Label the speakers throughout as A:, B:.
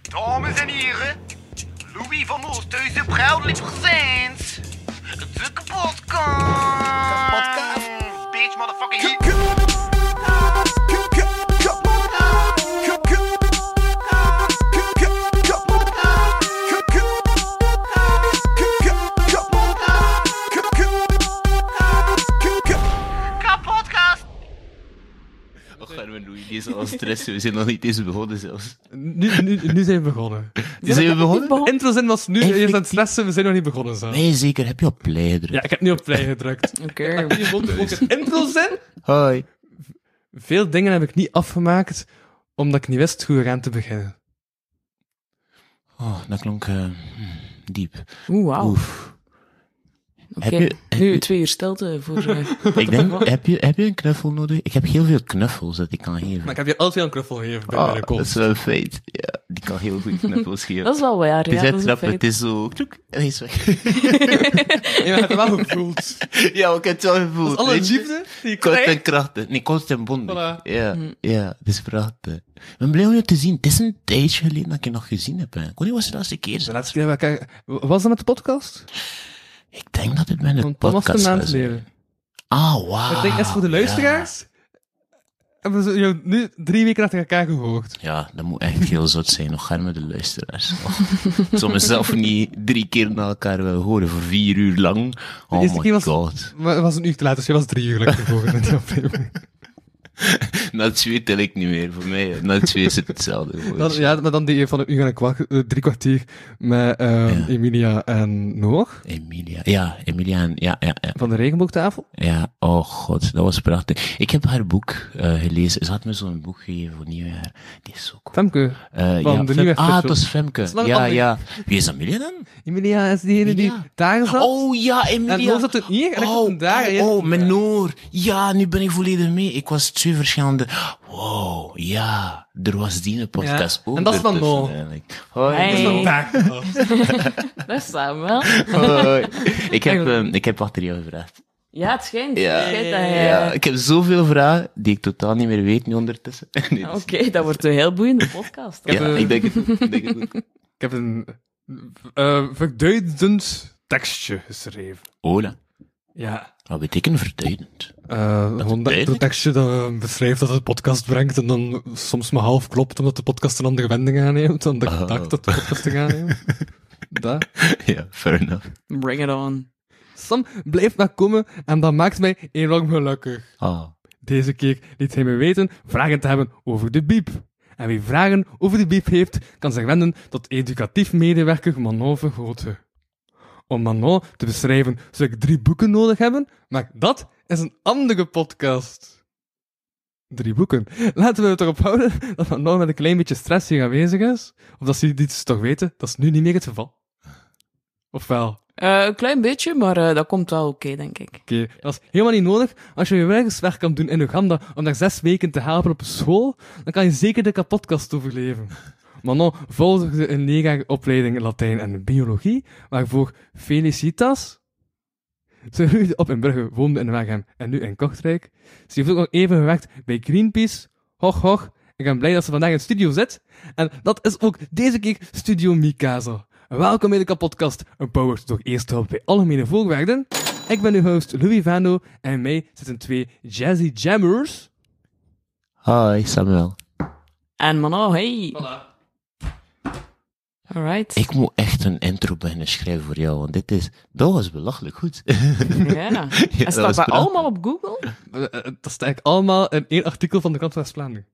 A: Dames en heren, Louis van Oosthuizen Bruidelijk Gezins. De kapotkast.
B: Kapotkast.
A: Bitch, motherfucking hit. Kapotkast.
C: Och, arme Louis, die is al aan stress. We zijn nog niet eens begonnen zelfs.
D: Nu, nu, nu zijn we begonnen.
C: Die zijn we begonnen?
D: Introzin was nu, je is aan het stressen, we zijn nog niet begonnen zelf.
C: Nee, zeker. Heb je op play gedrukt?
D: Ja, ik heb nu op play gedrukt. Dus
E: Oké.
D: Hier vond ik ook het introzin.
C: Hoi.
D: Veel dingen heb ik niet afgemaakt, omdat ik niet wist hoe eraan te beginnen.
C: Oh, dat klonk eh, hmm, diep.
E: Oeh, wauw.
C: Oef.
E: Oké.
C: Heb je-
E: Nu twee uur stilte voor... eh,
C: Ik denk, heb je, heb je een knuffel nodig? Ik heb heel veel knuffels dat ik kan geven.
D: Maar ik heb je altijd een knuffel gegeven bij
C: Ah,
D: mijn
C: dat is
D: komst.
C: wel een feit. Ja, die kan heel goed knuffels geven.
E: dat is wel waar,
C: het is
E: ja. Dat is een
C: uittrappen, het
E: feit.
C: is zo... Kloek, en hij is weg.
D: Nee, maar ik heb het wel gevoeld.
C: ja, maar ik heb het wel gevoeld.
D: Dus alle
C: weet je.
D: liefde die ik
C: Kort
D: krijg,
C: en krachtig. Nee, kort en bondig.
D: Voilà.
C: Ja,
E: Hm.
C: ja, het is prachtig. Ik ben blij om je te zien. Het is een tijdje geleden dat ik je nog gezien heb. hè. Wanneer was de laatste
D: De
C: keer?
D: laatste keer dat ik elkaar- Was dat met de podcast?
C: Ik denk dat het bij de
D: Want dat was het een
C: podcast
D: maand
C: was. hè.
D: geleden.
C: Ah, wauw.
D: Ik denk eerst voor de luisteraars. Hebben ze jou nu drie weken achter elkaar gehoord?
C: Ja. Ja, dat moet echt heel zot zijn. Nog gaan met de luisteraars. Oh, ik zou mezelf niet drie keer na elkaar willen horen voor vier uur lang. Oh
D: eerste
C: my
D: keer was-
C: god.
D: Maar het was een uur te laat, dus je was drie uur lang te volgen in die aflevering.
C: Na twee tel ik niet meer voor mij. hè. Na twee is het hetzelfde. voor
D: Dan,
C: ons.
D: ja, maar dan deed je van een uur en een kwart, eh, drie kwartier met eh,
C: Ja.
D: Emilia en Noor
C: Emilia. Ja, Emilia. en- Ja, ja, ja.
D: van de regenboogtafel.
C: Ja, oh god, dat was prachtig. Ik heb haar boek eh, gelezen. Ze had me zo'n boek gegeven voor nieuwjaar. Die is zo cool.
D: Femke.
C: Eh,
D: van
C: ja,
D: de
C: Fem-
D: nieuwe
C: Ah,
D: episode.
C: het was Femke.
D: is lang
C: ja,
D: anders.
C: ja. Wie is Amelia dan?
D: Emilia is diegene die
C: Ja.
D: daar zat.
C: Oh ja,
D: en
C: Emilia.
D: Noor zat er hier en ik zat
C: oh,
D: er daar. en jij
C: oh,
D: zat
C: oh,
D: er
C: mijn
D: daar.
C: Noor. Ja, nu ben ik volledig mee. Ik was twee verschillende... Wow, ja. Er was die een podcast
D: Ja,
C: ook
D: en dat is van
C: ertussen
D: Noor.
C: eigenlijk. Hoi.
E: Hey.
D: Dat is dan daar.
E: Dat staan we wel.
C: Hoi. Ik heb,
E: Echt.
C: ehm, ik heb achter jou gevraagd.
E: Ja, het schijnt.
C: Ja.
E: Het schijnt dat
C: Ja.
E: hij, eh,
C: ik heb zoveel vragen die ik totaal niet meer weet nu ondertussen. Nee, dat is
E: eh, Oké, dat wordt een heel boeiende podcast.
D: heb,
C: Ja,
D: eh,
C: ik denk het ook. Ik denk het ook.
D: Ik heb een eh, verduidend tekstje geschreven.
C: Hola.
D: Ja.
C: Wat betekent verduidend?
D: eh gewoon dat, dat
C: duidelijk.
D: tekstje dat eh, beschrijft dat het een podcast brengt en dan soms maar half klopt omdat de podcast een andere wending aanneemt dan dat ik
C: Oh.
D: dacht dat de podcast ging aannemen. Daar.
C: ja, fair enough.
E: Bring it on.
D: Sam blijft maar komen en dat maakt mij enorm gelukkig.
C: Ah,
D: Deze keer liet hij me weten vragen te hebben over de biep. En wie vragen over de biep heeft, kan zich wenden tot educatief medewerker Manon Vergoten. Om Manon te beschrijven zou ik drie boeken nodig hebben, maar dat is een andere podcast. Drie boeken. Laten we het erop houden dat Manon met een klein beetje stress hier aanwezig is. Of dat ze dit toch weten, dat is nu niet meer het geval. Ofwel.
E: Eh, een klein beetje, maar eh, dat komt wel oké, denk ik.
D: Oké, dat is helemaal niet nodig. Als je je werkerswerk kan doen in Uganda om daar zes weken te helpen op school, dan kan je zeker de kapotkast overleven. Manon volgde een leraaropleiding Latijn en Biologie, waarvoor Felicitas... Ze groeide op in Brugge, woonde in Waregem en nu in Kortrijk. Ze heeft ook nog even gewerkt bij Greenpeace. Hoch, hoch. Ik ben blij dat ze vandaag in de studio zit. En dat is ook deze keer Studio Mikasa. Welkom bij de kapotkast, een powered door Eerste Hulp bij Algemene Voorwaarden. Ik ben uw host Louis Vano en mij zitten twee jazzy jammers.
C: Hi, Samuel.
E: En Mano, hey. Alright.
C: Ik moet echt een intro beginnen schrijven voor jou, want dit is... Dat was belachelijk goed.
E: Ja.
C: Ja,
E: en
C: dat was
E: staat dat
C: prachtig.
E: allemaal op Google? Oké.
D: Eh, eh, Dat is eigenlijk allemaal in één artikel van de krant van West-Vlaanderen.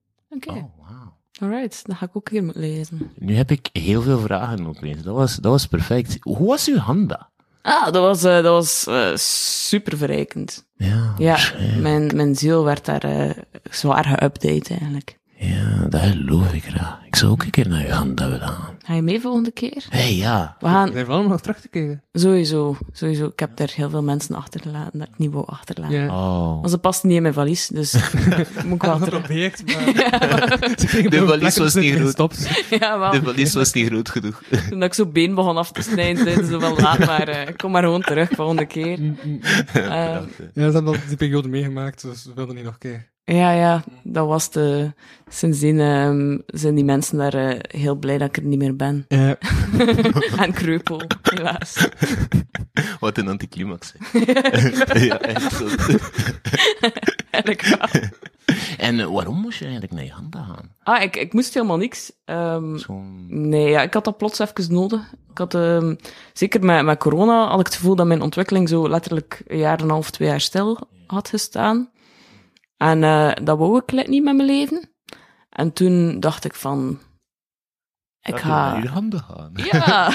C: Oh, wauw.
E: Alright, dat ga ik ook hier moeten lezen.
C: Nu heb ik heel veel vragen opeens. Dat was, dat was perfect. Hoe was uw handa?
E: Ah, dat was, eh, dat was eh, super verrijkend.
C: Ja,
E: Ja,
C: waarschijnlijk.
E: mijn, mijn ziel werd daar eh, zwaar geüpdate eigenlijk.
C: ja, dat geloof ik graag. Ik zou ook een keer naar uw handa willen gaan.
E: Ga je mee volgende keer?
C: Hé, hey, ja.
E: We gaan
D: We zijn wel om nog terug te keren.
E: sowieso, sowieso. Ik heb daar heel veel mensen achtergelaten dat ik niet wou achterlaten.
D: Ja.
C: Oh.
E: Maar ze past niet in mijn valies, dus moet ik wel terug.
D: geprobeerd, maar... Ze kregen
C: De
D: een
C: valies
D: plek op
C: was
D: zitten
C: niet
D: en
C: groot.
D: gestopt.
E: Ja, wel.
C: De valies was niet groot genoeg.
E: Toen ik zo been begon af te snijden, zeiden ze wel laat, maar eh, ik kom maar gewoon
C: Mm,
E: terug volgende keer. Ehm,
D: Ja, ze hebben al die periode meegemaakt, dus we wilden niet nog een keer.
E: Ja, ja, dat was de... Sindsdien ehm, zijn die mensen daar eh, heel blij dat ik er niet meer ben.
D: Eh,
E: en kreupel, helaas.
C: Wat een anticlimax. hè. ja, echt zo.
E: Eigenlijk wel.
C: En eh, waarom moest je eigenlijk naar Uganda gaan?
E: Ah, ik, ik moest helemaal niks. Ehm,
C: Zo'n...
E: nee, ja, ik had dat plots even nodig. Ik had, ehm, zeker met, met corona had ik het gevoel dat mijn ontwikkeling zo letterlijk een jaar en een half, twee jaar stil had gestaan. En eh, dat wou ik net niet met mijn leven. En toen dacht ik van... Ik
C: Laten we
E: ga...
C: naar Uganda gaan.
E: Ja,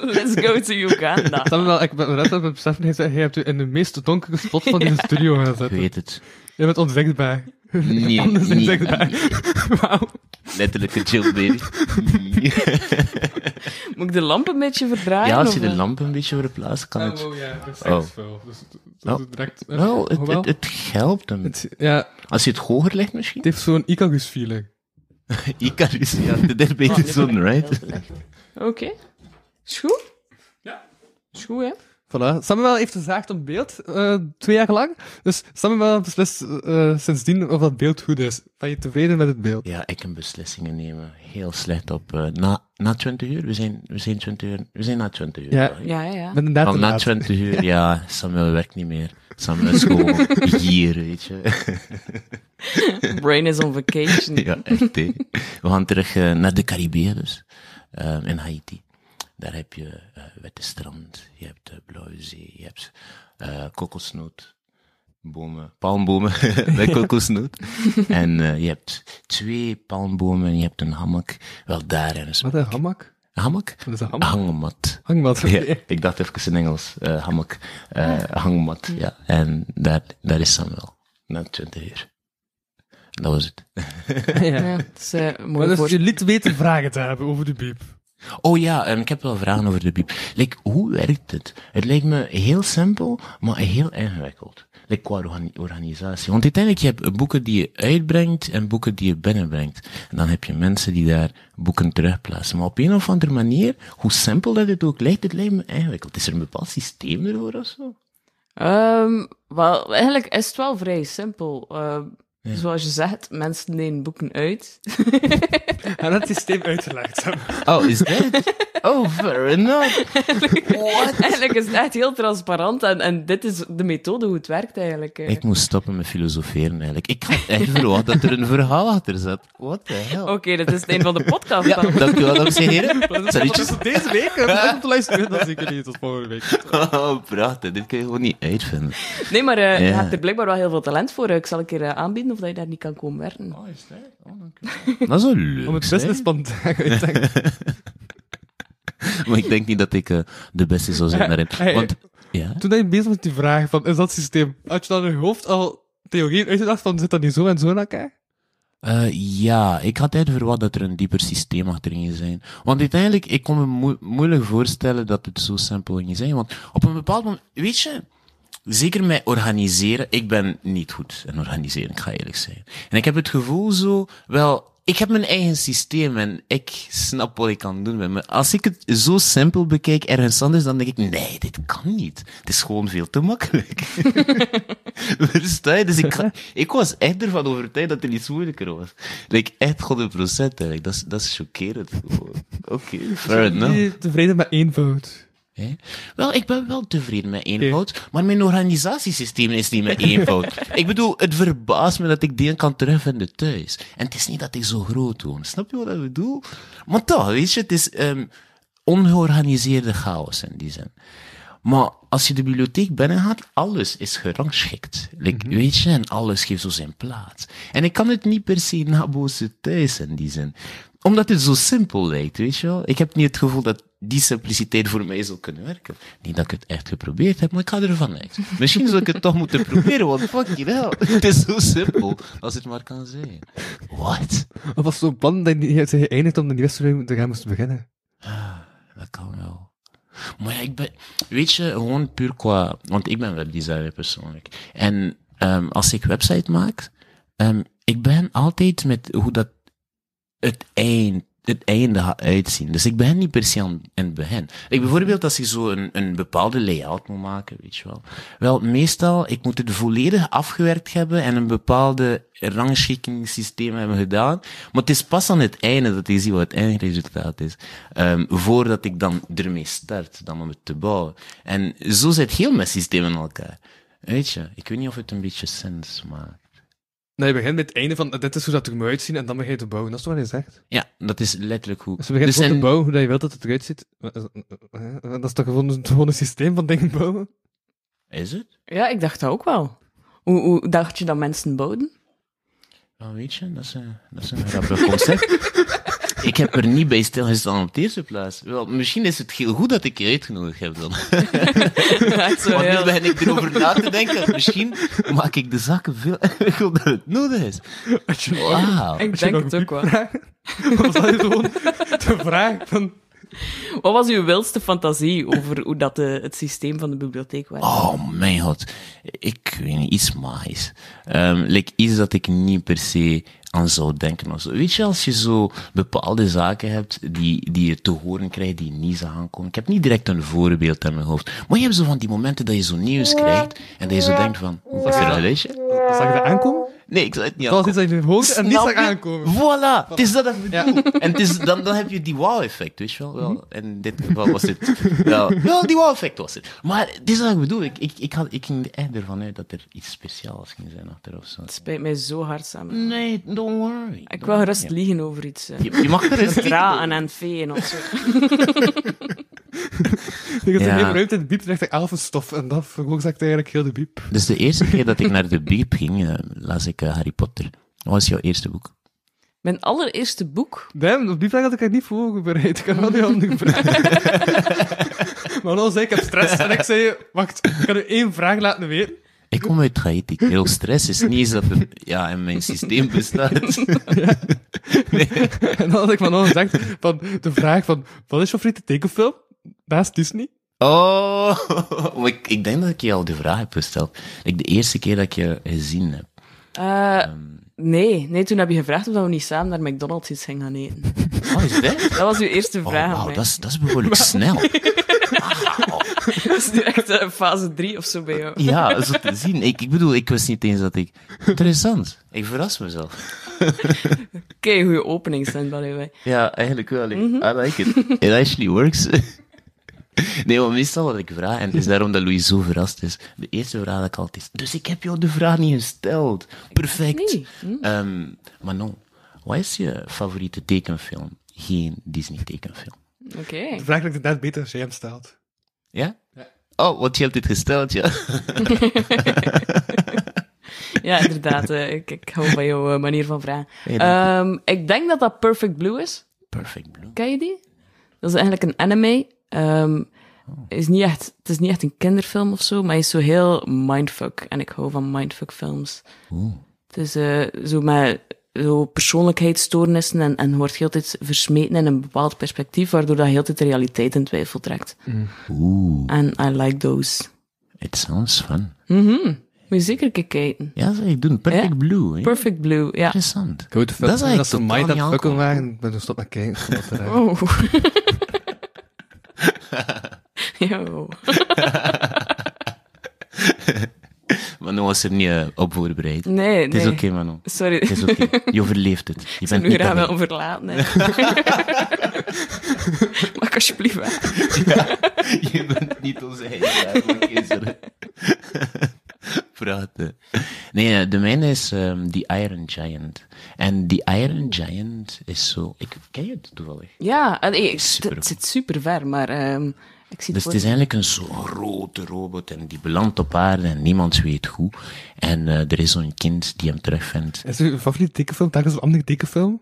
E: let's go to Uganda.
D: Stel dat ik ben net op het besef dat jij hebt u in de meest donkere spot van deze studio gezet.
C: Ik weet het.
D: Je bent onzichtbaar.
C: Nee,
D: Anders
C: nee.
D: onzichtbaar. Wauw.
C: Letterlijk een chill baby.
E: Moet ik de lamp een beetje verdraaien?
C: ja, als je
E: of,
C: de
E: eh?
C: lamp een beetje verplaatst, kan het...
D: Oh ja, dat is
C: Oh.
D: echt veel. Dus het- het-
C: Nou,
D: het direct... eh,
C: Wel, het,
D: hoewel,
C: het, het helpt hem.
D: het- ja, het
C: Als je het hoger legt misschien?
D: heeft zo'n Icarus-feeling.
C: Icarus, ja, de derde
E: Oh,
C: beetje
D: Ah,
E: nu ben ik
C: zon, right?
E: heel slecht. Oké. Is goed?
D: Ja.
E: Is goed, hè?
D: Voilà. Samuel heeft gezaagd om beeld, eh, twee jaar lang. Dus Samuel beslist eh, sindsdien of dat beeld goed is. Ben je tevreden met het beeld?
C: Ja, ik kan beslissingen nemen. Heel slecht op. eh, na, na 20 uur? We zijn, we zijn 20 uur. We zijn na 20 uur.
D: Ja.
C: toch?
E: Ja, ja, ja.
D: Met een datum
C: Van na 20 uur, ja, Samuel werkt niet meer. Samuel is gewoon hier, weet je.
E: Brain is on vacation.
C: Ja, echt, hè. We gaan terug eh, naar de Caribeën dus. Ehm, in Haiti. Daar heb je eh witte strand, je hebt de Blauwe Zee, je hebt eh kokosnoot, bomen, palmbomen met kokosnoot. En eh, je hebt twee palmbomen en je hebt een hammock. Wel daar en zo.
D: Wat een hamak?
C: Hammock?
D: Wat is een hamak?
C: Hangmat.
D: Hangmat.
C: Ah. Ja, ik dacht even in Engels. eh hammock. eh, hangmat, ja. En daar, daar is Samuel. Na 20 uur. En Dat was het.
E: Ja, het is eh, een
D: Maar
E: mooi
D: dus
E: voor...
D: je liet weten vragen te hebben over de biep.
C: Oh ja, en ik heb wel vragen over de biep. Like, hoe werkt het? Het lijkt me heel simpel, maar heel ingewikkeld. Like, qua organ- organisatie. Want uiteindelijk, je hebt boeken die je uitbrengt en boeken die je binnenbrengt. En dan heb je mensen die daar boeken terugplaatsen. Maar op een of andere manier, hoe simpel dat het ook lijkt, het lijkt me ingewikkeld. Is er een bepaald systeem ervoor of zo?
E: Ehm, wel, eigenlijk is het wel vrij simpel. Ehm, Zoals je zegt, mensen nemen boeken uit.
D: En dat systeem uitgelegd hebben.
C: Oh, is dat? Oh, fair enough.
E: eigenlijk is het echt heel transparant en, en dit is de methode hoe het werkt eigenlijk. eh.
C: Ik moest stoppen met filosoferen eigenlijk. Ik had echt verwacht dat er een verhaal achter zat. What the hell?
E: Oké, dat is het einde van de podcast
C: Ja,
E: dan.
C: dankjewel, dames en heren. Salutjes.
D: Deze week, eh, bedankt om te luisteren. Dan zie ik jullie tot volgende week.
C: Oh, praten, dit kun je gewoon niet uitvinden.
E: Nee, maar eh, je
C: Ja.
E: hebt er blijkbaar wel heel veel talent voor. Ik zal een keer eh, aanbieden of dat je daar niet kan komen werken.
C: Oh, is dat? Oh, dankjewel. Dat is wel leuk.
D: Om het
C: zeg.
D: businessplan te uit te denken.
C: Maar ik denk niet dat ik eh, de beste zou zijn daarin.
D: Hey.
C: Want, ja?
D: Toen ben je bezig was met die vraag van, is dat systeem... Had je dan in je hoofd al theorieën uitgedacht van, zit dat niet zo en zo in elkaar?
C: Eh, ja, ik had eigenlijk verwacht dat er een dieper systeem achterin ging zijn. Want uiteindelijk, ik kon me moe- moeilijk voorstellen dat het zo simpel ging zijn. Want op een bepaald moment, weet je, zeker met organiseren, ik ben niet goed in organiseren, ik ga eerlijk zijn. En ik heb het gevoel zo, wel, ik heb mijn eigen systeem en ik snap wat ik kan doen. met me. Als ik het zo simpel bekijk ergens anders, dan denk ik, nee, dit kan niet. Het is gewoon veel te makkelijk. Versta je? Dus ik, ga- ik was echt ervan overtuigd dat er iets moeilijker was. Like, echt 100 procent eigenlijk. Dat is, dat is chockerend. gewoon. Oké, fair enough.
D: Nee, Tevreden met één fout.
C: Hè? Wel, ik ben wel tevreden met één fout, maar mijn organisatiesysteem is niet met één fout. ik bedoel, het verbaast me dat ik dingen kan terugvinden thuis. En het is niet dat ik zo groot woon. Snap je wat ik bedoel? Maar toch, weet je, het is ehm ongeorganiseerde chaos in die zin. Maar als je de bibliotheek binnengaat, alles is gerangschikt. Like, Weet je, en alles geeft zo zijn plaats. En ik kan het niet per se nabootsen thuis in die zin. Omdat het zo simpel lijkt, weet je wel. Ik heb niet het gevoel dat die simpliciteit voor mij zou kunnen werken. Niet dat ik het echt geprobeerd heb, maar ik ga ervan uit. Misschien zou ik het toch moeten proberen, want fucking hell. Het is zo simpel, als het maar kan zijn. What?
D: Of was zo'n plan dat je niet- je geëindigd omdat je niet wist hoe je eraan moest beginnen?
C: Dat kan wel. Maar ja, ik ben, weet je, gewoon puur qua, want ik ben webdesigner persoonlijk. En ehm, als ik website maak, ehm, ik ben altijd met hoe dat het eind het einde gaat uitzien. Dus ik begin niet per se aan in het begin. Ik bijvoorbeeld als ik zo een, een bepaalde layout moet maken, weet je wel. Wel, meestal, ik moet het volledig afgewerkt hebben en een bepaalde rangschikkingssysteem hebben gedaan. Maar het is pas aan het einde dat je ziet wat het eindresultaat is. Ehm, voordat ik dan ermee start, dan om het te bouwen. En zo zit heel mijn systeem in elkaar. Weet je, ik weet niet of het een beetje sens maakt.
D: Nee, je begint met het einde van, dit is hoe dat er moet uitzien, en dan begin je te bouwen. Dat is toch wat je zegt?
C: Ja, dat is letterlijk hoe.
D: Dus je begint
C: Dus
D: gewoon
C: en-
D: te bouwen, hoe dat je wilt dat het eruit ziet. eh, Dat is toch gewoon een, gewoon een systeem van dingen bouwen?
C: Is het?
E: Ja, ik dacht dat ook wel. Hoe, hoe dacht je dat mensen bouwden?
C: Nou, weet je, dat is een, dat is een grappig concept. ik heb er niet bij stilgestaan op deze plaats. Wel, misschien is het heel goed dat ik je uitgenodigd heb dan.
E: Echt zo
C: Want nu
E: heel-
C: ben ik erover na te denken. Misschien maak ik de zaken veel erger dan het nodig is. Wauw.
E: Ik denk
D: nog
E: het ook wel.
D: Of dat is gewoon de vraag van...
E: Wat was uw wildste fantasie over hoe dat de, het systeem van de bibliotheek werkt?
C: Oh mijn god. Ik weet niet, iets magisch. Ehm like iets dat ik niet per se aan zou denken of zo. Weet je, als je zo bepaalde zaken hebt die, die je te horen krijgt, die niet zo aankomen. Ik heb niet direct een voorbeeld aan mijn hoofd. Maar je hebt zo van die momenten dat je zo nieuws krijgt en dat je zo denkt van, wat is er een lijstje?
D: Zag je dat aankomen?
C: Nee, ik zou het niet
D: Dat was iets dat je hoort en niet
C: Snap
D: zag
C: je?
D: aankomen.
C: Voilà, het is dat dat ik bedoel. En het is, dan, dan heb je die wow-effect, weet je wel.
D: Mhm.
C: wel in dit geval was het... Wel, wel, die wow-effect was het. Maar het is dat ik bedoel. Ik, ik, ik, had, ik ging er echt ervan uit dat er iets speciaals ging zijn achter of zo.
E: Het spijt mij zo hard samen.
C: Nee, don't worry.
E: Ik wil gerust liegen over iets. eh.
C: Je, je mag er eens
E: Dra en een vee en of zo.
D: Ik
C: Ja.
D: had er geen ruimte in de biep, dacht ik elfenstof. En dat veroorzaakte eigenlijk heel de biep.
C: Dus de eerste keer dat ik naar de biep ging, eh, las ik eh, Harry Potter. Wat was jouw eerste boek?
E: Mijn allereerste boek.
D: Damn, op die vraag had ik eigenlijk niet voorbereid. Ik had wel die andere vraag. maar dan zei ik, ik heb stress. En ik zei, wacht, ik kan u één vraag laten weten.
C: Ik kom uit Haiti. Heel stress is niet eens dat het ja, in mijn systeem bestaat.
D: En dan had ik van al gezegd, van de vraag van, wat is jouw favoriete tekenfilm? Naast Disney?
C: Oh, maar ik, ik denk dat ik je al de vraag heb gesteld. Ik de eerste keer dat ik je gezien heb. ehm,
E: Eh, nee. nee, toen heb je gevraagd of dat we niet samen naar McDonald's iets gingen gaan eten.
C: Oh, is dat?
E: Dat was uw eerste
C: Oh,
E: vraag aan
C: wauw,
E: mij.
C: dat is, dat is behoorlijk snel.
E: Dat is direct eh, fase 3 of zo bij jou.
C: Ja, zo te zien. Ik, ik bedoel, ik wist niet eens dat ik... Interessant. Ik verras mezelf.
E: Kijk, goede opening zijn dat wij.
C: Ja, eigenlijk wel. ik-
E: Mhm.
C: I like it. It actually works. Nee, want meestal wat ik vraag, en het is daarom dat Louis zo verrast is, de eerste vraag dat ik altijd is, dus ik heb jou de vraag niet gesteld. Perfect.
E: niet.
C: Ehm, maar non, wat is je favoriete tekenfilm? Geen Disney tekenfilm.
E: Oké.
D: De vraag lijkt het net beter als jij hem stelt.
C: Ja? Oh, want je hebt dit gesteld, ja.
E: Ja, inderdaad. eh, ik, ik hou van jouw eh, manier van vragen.
C: Hey, dank
E: Ehm, ik denk dat dat Perfect Blue is.
C: Perfect Blue.
E: Ken je die? Dat is eigenlijk een anime. Ehm, is niet echt, het is niet echt een kinderfilm of zo, maar hij is zo heel mindfuck. En ik hou van mindfuck films.
C: Oeh.
E: Het is eh, zo met zo persoonlijkheidsstoornissen en, en wordt heel tijd versmeten in een bepaald perspectief, waardoor dat heel tijd de realiteit in twijfel trekt.
C: Oeh,
E: En I like those.
C: it sounds fun.
E: Mhm. Moet je zeker een keer kijken.
C: Ja, dat zou ik doen. Perfect
E: Ja.
C: Blue, hè?
E: Perfect Blue, ja.
C: Interessant.
D: Ik de film
C: Dat is eigenlijk
D: dat ze
C: totaal
D: mij dat
C: niet
D: fucking
C: aankomen.
D: waren. Ik ben er stop naar kijken.
E: Oh. Yo.
C: Manon was er niet eh, op voorbereid.
E: Nee,
C: Het
E: nee.
C: is oké, Manon.
E: Sorry.
C: Het is oké. Je overleeft het. Je
E: Ik zou
C: bent
E: nu
C: niet
E: graag
C: alleen.
E: wel verlaten. Hè. Maak alsjeblieft weg.
C: Je bent niet onze eigen keizer. Praten. Nee, eh, de mijne is ehm The Iron Giant. En The Iron Giant is zo... Ik ken je het toevallig.
E: Ja, en ik-
C: Super.
E: het zit super ver, maar ehm, ik zie
C: Dus het
E: het voor-
C: is eigenlijk een zo'n grote robot en die belandt op aarde en niemand weet hoe. En eh, er is zo'n kind die hem terugvindt.
D: Is uw favoriete tekenfilm telkens een andere tekenfilm?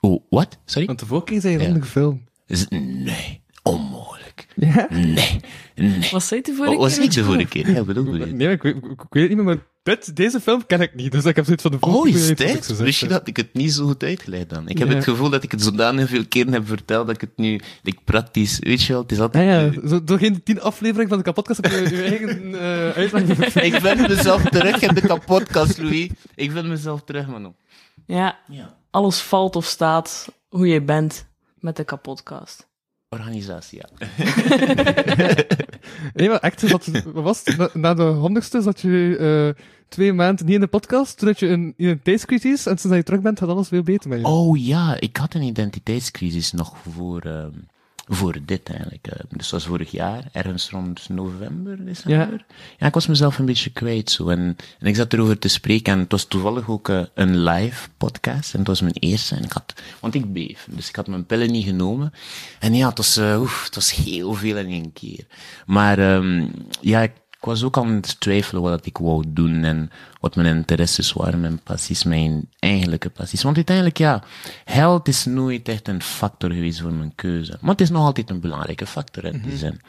C: Oh, wat? Sorry?
D: Want de vorige keer zei je een
C: Ja.
D: andere film.
C: Z- Nee, onmogelijk.
D: Ja?
C: Nee, nee.
E: Wat zei het de vorige
C: Wat was
E: keer?
C: ik de vorige keer? Ja, bedoel ik.
D: Nee, ik weet, ik, ik weet het niet meer, maar dit, deze film ken ik niet. Dus ik heb zoiets van de vorige
C: Oh,
D: keer
C: is
D: niet goed
C: dit?
D: gezegd.
C: Wist je dat ik het niet zo goed uitgeleid dan? Ik heb
D: Ja.
C: het gevoel dat ik het zodanig veel keren heb verteld dat ik het nu, ik praktisch, weet je wel, het is
D: Ja,
C: altijd...
D: Ah ja. Zo, doorheen de tien afleveringen van de kapotkast heb je je eigen eh uitleg van de film.
C: Ik vind mezelf terug in de kapotkast, Louis. Ik vind mezelf terug, man.
E: Ja,
C: Ja.
E: alles valt of staat hoe je bent. met de kapotcast.
C: Organisatie, ja.
D: Nee, maar echt, wat, wat was het? Na, na de honderdste zat je eh, twee maanden niet in de podcast, toen had je een identiteitscrisis, en sinds dat je terug bent gaat alles veel beter met je.
C: Oh ja, ik had een identiteitscrisis nog voor, ehm, voor dit eigenlijk. eh. dus dat was vorig jaar, ergens rond november, december. Ja. ik was mezelf een beetje kwijt zo. En, en ik zat erover te spreken en het was toevallig ook eh, een live podcast. En het was mijn eerste en ik had, want ik beef. Dus ik had mijn pillen niet genomen. En ja, het was, eh, oef, het was heel veel in één keer. Maar ehm, ja, ik ik was ook aan het twijfelen wat ik wou doen en wat mijn interesses waren, mijn passies, mijn eigenlijke passies. Want uiteindelijk, ja, geld is nooit echt een factor geweest voor mijn keuze. Maar het is nog altijd een belangrijke factor in die zin.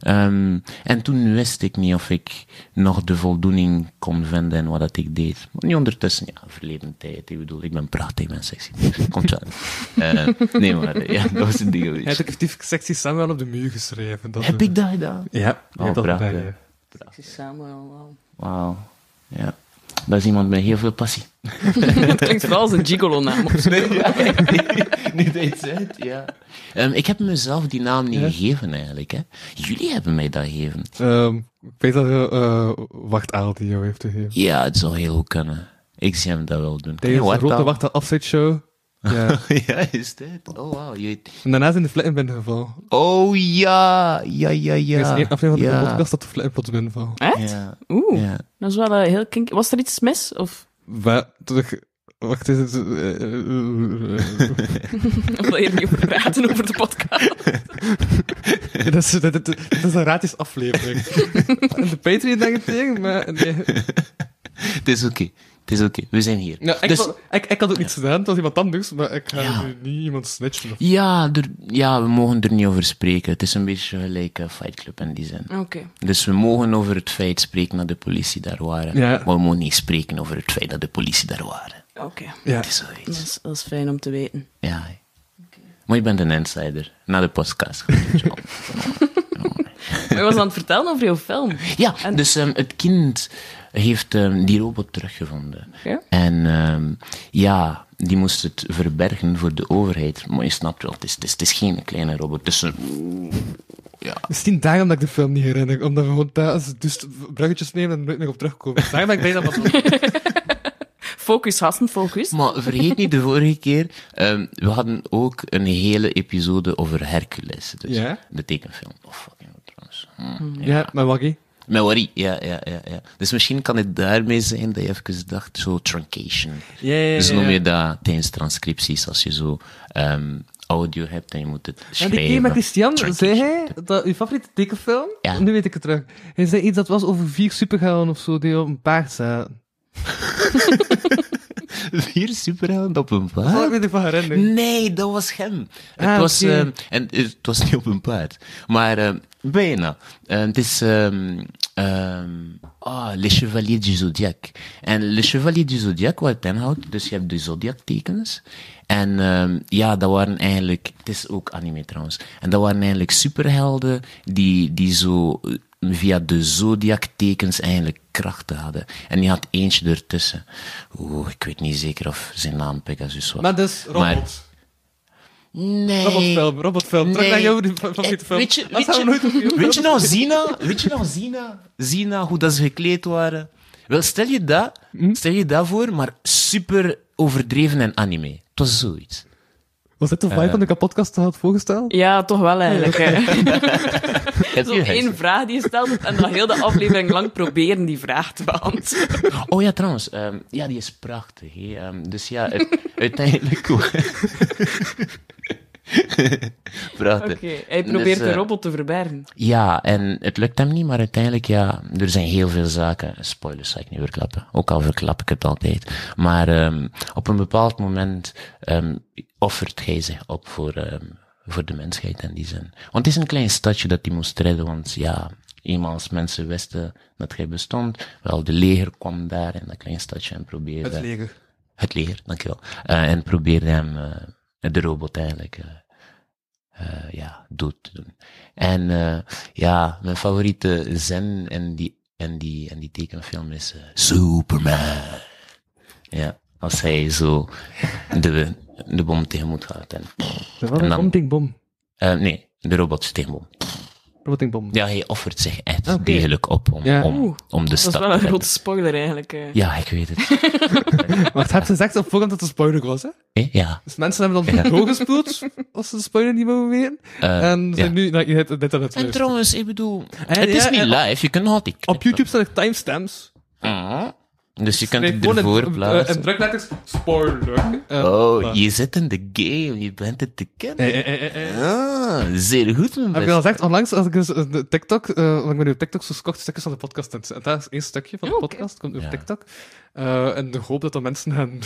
C: Ehm, en toen wist ik niet of ik nog de voldoening kon vinden in wat dat ik deed. Maar nu ondertussen, ja, verleden tijd. Ik bedoel, ik ben prachtig, ik ben sexy. Komt wel. Eh, nee, maar eh, ja, dat was het ding
D: Hij heeft
C: geweest.
D: ook effectief sexy Samuel op de muur geschreven. Dat,
C: Heb
D: eh,
C: ik dat gedaan?
D: Ja,
C: Oh,
D: dat
C: prachtig.
D: ben je.
E: Het is Samuel. wauw.
C: Wauw. Ja. Dat is iemand met heel veel passie.
E: Het klinkt vooral als een gigolo-naam.
C: Nee, ja. niet eens uit, ja. Ehm, ik heb mezelf die naam niet
D: Ja.
C: gegeven eigenlijk, hè. Jullie hebben mij dat gegeven.
D: Ehm, ik weet dat je eh Wacht Aal die jou heeft gegeven.
C: Ja, het zou heel goed kunnen. Ik zie hem dat wel doen.
D: Tijdens
C: Ken je
D: de Rote
C: Wartaal?
D: Wacht Aal Offside Show. Ja.
C: ja, is dit? Oh, wauw. je-
D: en daarna zijn de flatten ben gevallen.
C: Oh, ja. Ja, ja, ja.
D: Er is één aflevering van
C: ja.
D: de podcast dat de flattenpot ben gevallen.
E: Echt?
C: Ja,
E: Oeh,
C: ja.
E: dat is wel eh, heel kinky. Was er iets mis? Of,
D: Maar, terug... Wacht, is het... eh, eh, eh,
E: of wil je er niet over praten over de podcast?
D: Ja, dat, is, dat, dat- dat is een gratis aflevering. en de Patreon denk ik tegen, maar nee.
C: Het is oké. Het is oké. We zijn hier.
D: Nou, ik,
C: Dus-
D: wil- ik, ik had ook iets gedaan, het was iemand anders, maar ik ga
C: Ja.
D: nu niet iemand snitchen. of-
C: Ja, er, ja, we mogen er niet over spreken. Het is een beetje gelijk eh, Fight Club in die zin.
E: Oké.
C: Dus we mogen over het feit spreken dat de politie daar waren.
D: Ja.
C: Maar we mogen niet spreken over het feit dat de politie daar waren.
E: Oké,
D: Ja.
C: Het is
E: dat,
C: zoiets.
E: is, dat is fijn om te weten.
C: Ja. Maar je bent een insider. Na de podcast. Goed, John.
E: Maar je was aan het vertellen over jouw film.
C: ja,
E: En-
C: dus ehm, het kind heeft ehm, die robot teruggevonden.
E: Ja?
C: En ehm, ja, die moest het verbergen voor de overheid. Maar je snapt wel, het is, het is, het is geen kleine robot. Dus, eh, Het is een-
D: Misschien daarom dat ik de film niet herinner, omdat we gewoon thuis dus bruggetjes nemen en nooit meer op terugkomen. Daarom ben ik blij dat dat...
E: Focus, Hassen, focus.
C: Maar vergeet niet de vorige keer, ehm, we hadden ook een hele episode over Hercules. Dus
D: Ja?
C: de tekenfilm. Oh, fucking hell, trouwens. Hm, ja.
D: Ja, maar Waggy.
C: Met worry, ja, ja, ja, ja. Dus misschien kan het daarmee zijn dat je even dacht, zo truncation.
D: Ja, ja,
C: Dus noem je dat tijdens transcripties, als je zo ehm, audio hebt en je moet het
D: En
C: schrijven.
D: die keer met Christian zei
C: Truncation.
D: hij dat uw favoriete tekenfilm,
C: Ja.
D: nu weet ik het terug, hij zei iets dat was over vier superhelden of zo die op een paard zaten.
C: Vier superhelden op een
D: Ah, Dat zal ik
C: paard?
D: me ervan herinneren.
C: Nee, dat was hem.
D: Ah,
C: het, was,
D: oké.
C: ehm, en, eh, het was niet op een paard, maar ehm, bijna. Eh, het is ehm ehm, ah, Le Chevalier du Zodiac. En Le Chevalier du Zodiac, wat het inhoudt, dus je hebt de Zodiac-tekens. En ehm, ja, dat waren eigenlijk, het is ook anime trouwens, en dat waren eigenlijk superhelden die, die zo eh, via de Zodiac-tekens eigenlijk krachten hadden. En die had eentje ertussen. Oeh, ik weet niet zeker of zijn naam Pegasus was.
D: Maar dus, robot.
C: Maar- Nee.
D: Robotfilm, robotfilm. Terug
C: Nee.
D: naar jouw favoriete
C: Eh,
D: film.
C: Weet je,
D: Dat
C: weet
D: zou
C: je,
D: nooit opnieuw-
C: weet je nou Zina? Weet je nou Zina? Zina, hoe dat ze gekleed waren. Wel, stel je dat,
D: Hm?
C: stel je dat voor, maar super overdreven en anime. Het was zoiets.
D: Was dit de
C: Eh.
D: vibe van de kapotkast had voorgesteld?
E: Ja, toch wel eigenlijk. hè.
C: Heb
E: Zo'n één vraag die je stelt en dan heel de aflevering lang proberen die vraag te beantwoorden.
C: Oh ja, trouwens. ehm, ja, die is prachtig. hè. Ehm, dus ja, u- uiteindelijk...
E: Oké,
C: prachtig.
E: hij probeert
C: Dus, eh,
E: de robot te verbergen.
C: Ja, en het lukt hem niet, maar uiteindelijk, ja, er zijn heel veel zaken. Spoilers zal ik niet verklappen. Ook al verklap ik het altijd. Maar ehm, op een bepaald moment ehm, offert hij zich op voor, ehm, voor de mensheid in die zin. Want het is een klein stadje dat hij moest redden, want ja, eenmaal als mensen wisten dat hij bestond, wel, de leger kwam daar in dat klein stadje en probeerde...
D: Het leger.
C: Het leger, dankjewel. Eh, en probeerde hem, eh, de robot eigenlijk, eh, eh, ja, dood te doen. En eh, ja, mijn favoriete zen in die, in die, in die tekenfilm is eh, Superman. Ja, als hij zo de, de bom tegenmoet gaat. En,
D: Dat was een
C: dan-
D: bom ding bom.
C: eh, nee, de robots tegenbom.
D: Robot ding bom.
C: Ja, hij offert zich echt
D: Oké.
C: degelijk op om,
D: Ja.
C: om,
E: Oeh,
C: om de
E: Dat
C: stad
E: is wel een
C: te redden.
E: grote spoiler eigenlijk. eh.
C: Ja, ik weet het.
D: Maar het hebt gezegd op voorhand dat het een spoiler was, hè?
C: Eh, ja.
D: Dus mensen hebben dan doorgespoeld, als ze de spoiler niet mogen weten.
C: Eh,
D: en
C: ja.
D: zijn nu naar je dit aan het
C: En
D: luisteren.
C: trouwens, ik bedoel,
D: En
C: het is
D: ja,
C: niet
D: en-
C: live, je kunt nog altijd
D: Op
C: knippen.
D: YouTube staan er timestamps.
C: Mhm. Dus je kunt
D: Nee,
C: het
D: gewoon in-
C: ervoor
D: eh,
C: plaatsen.
D: In drukletters, spoiler. Eh,
C: Oh,
D: voilà.
C: je zit in de game, je bent het te kennen.
D: Eh, eh, eh, eh,
C: Ah,
D: eh.
C: zeer goed, mijn
D: Heb je
C: beste.
D: al gezegd, onlangs als ik eens, eh, de TikTok, eh want ik ben nu op TikTok gekocht, stukjes van de podcast. En het- dat is één stukje van de
E: Oh, oké.
D: podcast, komt nu op
C: Ja.
D: TikTok. Eh, en de hoop dat dan mensen gaan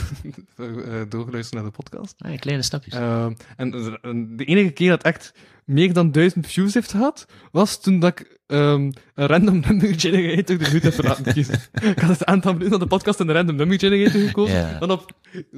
D: eh, eh, doorluisteren naar de podcast.
C: Ah, kleine stapjes.
D: Eh, en, en de enige keer dat echt meer dan duizend views heeft gehad, was toen dat ik ehm, een random number generator de minuut heb laten kiezen. ik had het aantal minuten aan de podcast een random number generator gekozen.
C: Ja.
D: Dan op,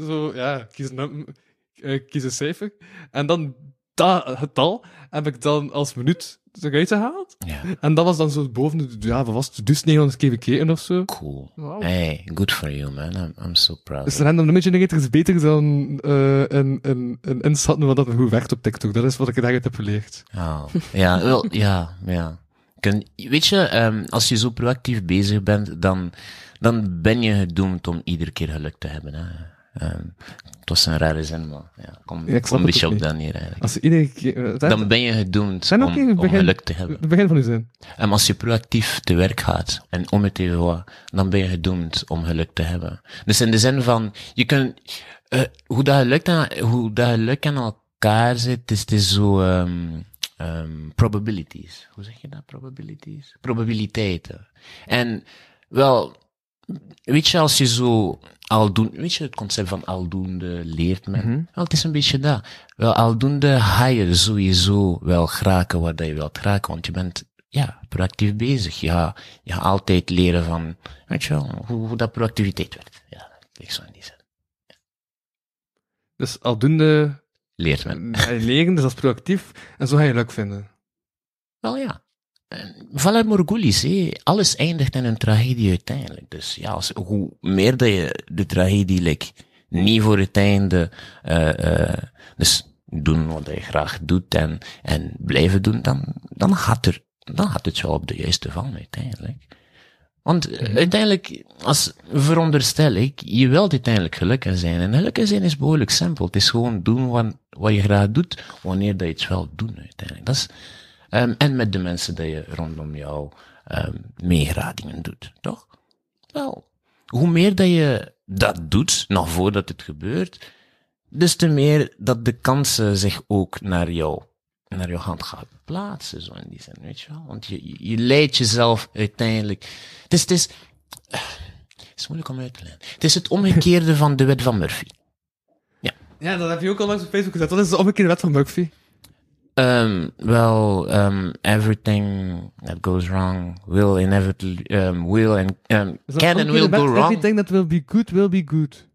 D: zo, ja, kies een, num- eh, kies een cijfer. En dan dat getal heb ik dan als minuut eruit gehaald.
C: Ja,
D: En dat was dan zo boven de, ja, wat was het? Dus 900 keer bekeken of zo.
C: cool.
E: Wauw.
C: Hey, good for you, man. I'm, I'm so proud.
D: Dus
C: of you.
D: een random number generator is beter dan eh een, een, een inschatten wat dat goed werkt op TikTok. Dat is wat ik daaruit heb geleerd.
C: Oh, ja, wel, ja, ja. Kun, weet je, ehm, als je zo proactief bezig bent, dan, dan ben je gedoemd om iedere keer geluk te hebben. Hè. Ehm, het was een rare zin, maar ja, kom,
D: Ja, ik snap
C: kom een
D: het
C: beetje
D: ook
C: op
D: niet.
C: dan hier eigenlijk.
D: Als je iedere keer... eh, het-
C: Dan ben je gedoemd
D: Zijn ook in
C: om,
D: het
C: om
D: begin-
C: geluk te hebben.
D: het begin van uw zin.
C: En als je proactief te werk gaat, en om het even wat, dan ben je gedoemd om geluk te hebben. Dus in de zin van, je kunt, eh, hoe dat geluk aan, hoe dat geluk aan elkaar zit, is het is zo, ehm ehm, probabilities. Hoe zeg je dat? Probabilities? Probabiliteiten. En, wel, weet je, als je zo aldoende, weet je het concept van aldoende leert men? Wel, het is een beetje dat. Wel, aldoende ga je sowieso wel geraken waar dat je wilt geraken, want je bent, ja, proactief bezig. Je gaat, je gaat altijd leren van, weet je wel, hoe, hoe dat proactiviteit werkt. Ja, ik zou niet zeggen.
D: Dus aldoende
C: Leert men.
D: ga je leren, dus dat is proactief. En zo ga je leuk vinden.
C: Wel ja. En Valer Morgulis, hé, alles eindigt in een tragedie uiteindelijk. Dus ja, als, hoe meer dat je de tragedie like, niet voor het einde, eh, eh, dus doen wat je graag doet en, en blijven doen, dan, dan, gaat er, dan gaat het wel op de juiste van uiteindelijk. Want eh, uiteindelijk, als veronderstel ik, je wilt uiteindelijk gelukkig zijn. En gelukkig zijn is behoorlijk simpel. Het is gewoon doen wat, wat je graag doet, wanneer dat je het wel doen uiteindelijk. Dat is, ehm, en met de mensen die je rondom jou ehm meegradingen doet, toch? Wel, hoe meer dat je dat doet, nog voordat het gebeurt, dus te meer dat de kansen zich ook naar jou, naar jouw hand gaan plaatsen, zo in die zin, weet je wel. Want je, je, je leidt jezelf uiteindelijk. Het is, het is, het is moeilijk om uit te leggen. Het is het omgekeerde van de wet van Murphy.
D: Ja, dat heb je ook al langs op Facebook gezet. Dat is de omgekeerde wet van Murphy.
C: Ehm wel, ehm everything that goes wrong will inevitably, ehm will and, ehm
D: Dus dat
C: can and will
D: omgekeerde
C: go
D: wet,
C: wrong.
D: Everything that will be good, will be good.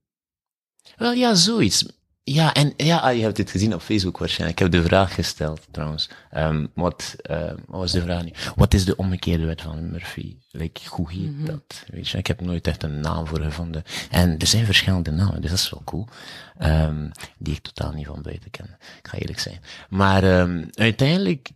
C: Wel ja, zoiets. Ja, en ja, ah, je hebt dit gezien op Facebook waarschijnlijk. Ik heb de vraag gesteld trouwens. Ehm, wat, ehm, wat was de vraag nu? Wat is de omgekeerde wet van Murphy? Like, hoe heet dat? Weet je, ik heb nooit echt een naam voor gevonden. En er zijn verschillende namen, dus dat is wel cool. Ehm, die ik totaal niet van buiten ken. Ik ga eerlijk zijn. Maar ehm, uiteindelijk,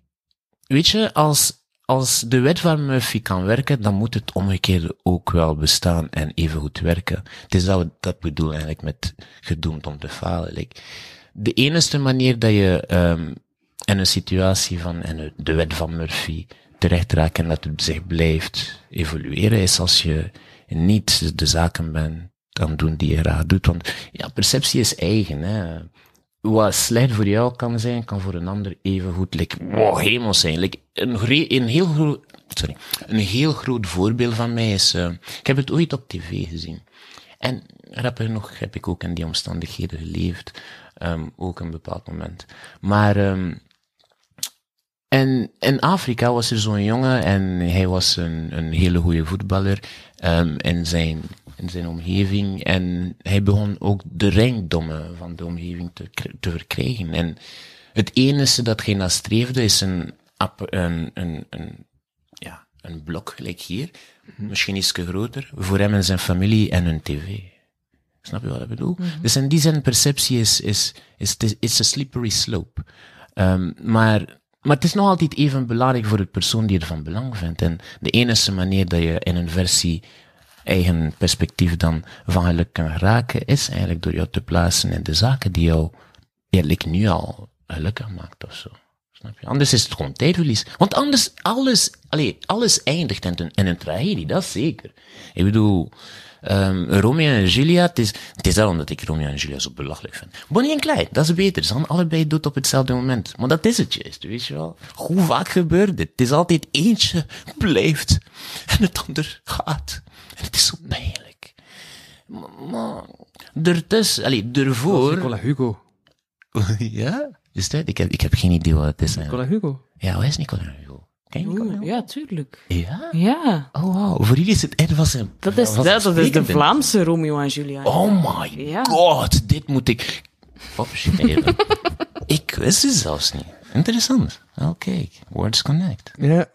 C: weet je, als, als de wet van Murphy kan werken, dan moet het omgekeerde ook wel bestaan en even goed werken. Het is dat we dat bedoelen eigenlijk met gedoemd om te falen. Like, de enige manier dat je ehm in een situatie van in de wet van Murphy terecht raakt en dat het zich blijft evolueren, is als je niet de zaken bent aan het doen die je graag doet. Want ja, perceptie is eigen. Hè wat slecht voor jou kan zijn, kan voor een ander even goed like, wow, hemels zijn. Like, een, gre- een, heel groot, sorry, een heel groot voorbeeld van mij is, eh, ik heb het ooit op tv gezien. En grappig genoeg heb ik ook in die omstandigheden geleefd, ehm, ook een bepaald moment. Maar ehm, en in Afrika was er zo'n jongen en hij was een, een hele goede voetballer ehm, in, zijn, in zijn omgeving. En hij begon ook de rijkdommen van de omgeving te, kr- te verkrijgen. En het enige dat hij nastreefde is een, app- een, een, een, ja, een blok, gelijk hier, misschien iets groter, voor hem en zijn familie en een tv. Snap je wat ik bedoel? Dus in die zin, perceptie is, is, is, is, is a slippery slope. Ehm, maar, maar het is nog altijd even belangrijk voor de persoon die ervan belang vindt. En de enige manier dat je in een versie eigen perspectief dan vangelijk kan raken, is eigenlijk door jou te plaatsen in de zaken die jou eerlijk nu al gelukkig maakt of zo. Snap je? Anders is het gewoon tijdverlies. Want anders, alles, allee, alles eindigt in een, in een tragedie, dat zeker. Ik bedoel, ehm Romeo en Julia, het is, het is daarom dat ik Romeo en Julia zo belachelijk vind. Bonnie en Clyde, dat is beter. Ze gaan allebei dood op hetzelfde moment. Maar dat is het juist, weet je wel. Hoe vaak gebeurt dit? Het is altijd eentje blijft en het ander gaat. En het is zo pijnlijk. Maar, maar ertussen, allee, ervoor...
D: Nicola Hugo.
C: ja? Is dat? Ik heb, ik heb geen idee wat het is. eigenlijk.
D: Nicola Hugo.
C: Ja, waar is Nicola Hugo? Ken je Nicola Hugo?
E: Ja, tuurlijk.
C: Ja?
E: Ja,
C: Oh, wow. Voor jullie is het echt was een...
E: dat is,
C: was
E: dat, dat is de
C: sprekend.
E: Vlaamse Romeo en Julia.
C: Oh my
E: Ja.
C: god, dit moet ik Oh, opschrijven. ik wist het zelfs niet. Interessant. Oké, Words Connect.
D: Ja.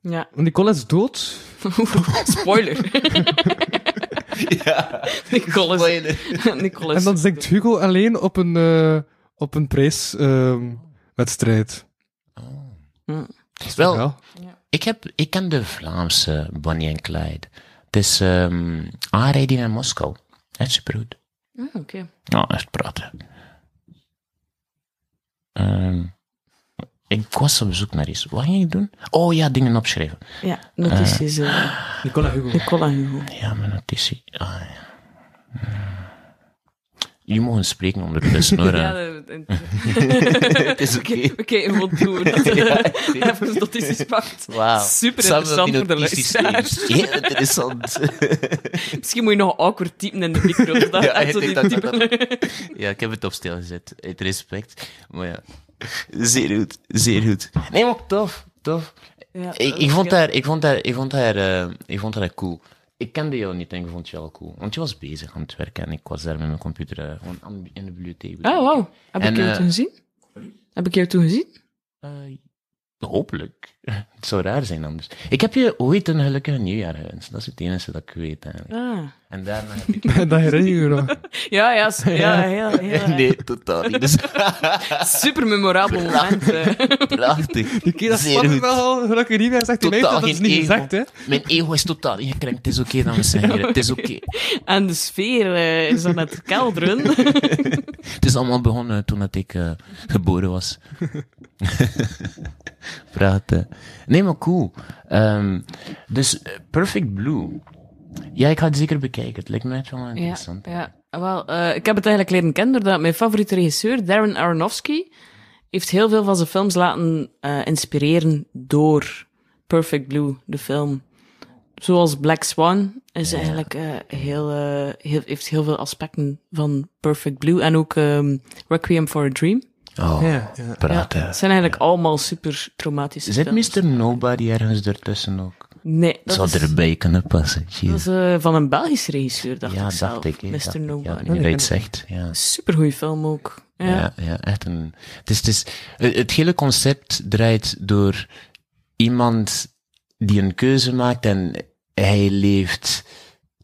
E: Ja,
D: Nicola is dood.
E: spoiler. Nicolas, Nicolas.
D: En dan zingt Hugo alleen op een, eh, op een ehm, prijswedstrijd.
C: Wel,
D: ja.
C: ik, heb, ik ken de Vlaamse Bonnie en Clyde. Het is ehm aanrijding in Moskou. Echt supergoed.
E: Ah, Oké.
C: Ja, echt prachtig. Ehm, ik was op bezoek naar iets. Wat ging ik doen? Oh ja, dingen opschrijven.
E: Ja,
C: Ah.
E: notities. eh
D: Nicola Hugo.
E: Nicola Hugo.
C: Ja, mijn notitie. Ah, ja. Ehm, Je mag spreken ondertussen hoor.
E: Ja,
C: hè.
E: dat- dat-
C: Het is oké.
E: we kijken wat doen. Even notities pakt.
C: Wauw.
E: dus Super
C: Samen met
E: interessant
C: die
E: voor de
C: notities
E: luisteraar.
C: hier. Heel interessant.
E: Misschien moet je nog awkward typen in de micro. zodat
C: Ja,
E: echt
C: ik
E: zo
C: denk
E: die
C: dat- dat-
E: typen-
C: Ja, ik heb het op stil gezet. Uit respect. Maar ja. Zeer goed. Zeer goed. Nee, maar tof. Tof.
E: Eh, Ja,
C: Ik, ik vond haar, ik vond haar, ik vond haar, eh, ik vond haar cool. Ik kende jou niet en ik vond je al cool. Want je was bezig aan het werken en ik was daar met mijn computer eh, gewoon aan- in de bibliotheek.
E: Oh, wauw. Heb
C: En,
E: ik jou
C: eh,
E: toen gezien? Heb ik jou toen gezien?
C: Eh, hopelijk. Het zou raar zijn anders. Ik heb je ooit een gelukkig nieuwjaar gewenst. Dat is het enige dat ik weet eigenlijk.
E: Ah.
C: En daarna heb ik...
D: dat herinner je je nog.
E: Ja, ja, s- ja, heel, heel,
C: Nee, totaal niet. Dus
E: super memorabel moment. eh.
C: prachtig.
D: Die keer dat
C: Zeer
D: Spanje
C: goed.
D: wel gelukkig niet meer zegt. Die
C: Totaal
D: leeftijd, dat is
C: geen
D: niet
C: ego.
D: gezegd, hè.
C: Mijn ego is totaal ingekrenkt. Het is oké, dames en heren. Het is oké.
E: En de sfeer eh, is aan het kelderen.
C: Het is allemaal begonnen toen dat ik eh, geboren was. Praten. Nee, maar cool. Ehm, dus eh, Perfect Blue. Ja, ik ga het zeker bekijken. Het lijkt me echt wel
E: Ja,
C: interessant.
E: ja. Wel, eh, ik heb het eigenlijk leren kennen doordat mijn favoriete regisseur, Darren Aronofsky, heeft heel veel van zijn films laten eh, inspireren door Perfect Blue, de film. Zoals Black Swan is eigenlijk eh, heel, eh, heel, heeft heel veel aspecten van Perfect Blue en ook ehm, Requiem for a Dream.
C: Oh,
D: Ja, ja.
C: praten.
E: Het zijn eigenlijk allemaal super traumatische
C: Zit
E: films.
C: Mr. Nobody ergens ertussen ook?
E: Nee, dat
C: Zou
E: is,
C: erbij kunnen passen.
E: dat is eh, van een Belgisch regisseur, dacht
C: ja,
E: ik zelf.
C: dacht ik. hè. Dacht
E: Mr.
C: ik, Ja,
E: Nobody.
C: nu dat je het zegt. Ja.
E: Supergoeie film ook. Ja.
C: Ja, ja, echt een. Het, is, het, is, het hele concept draait door iemand die een keuze maakt en hij leeft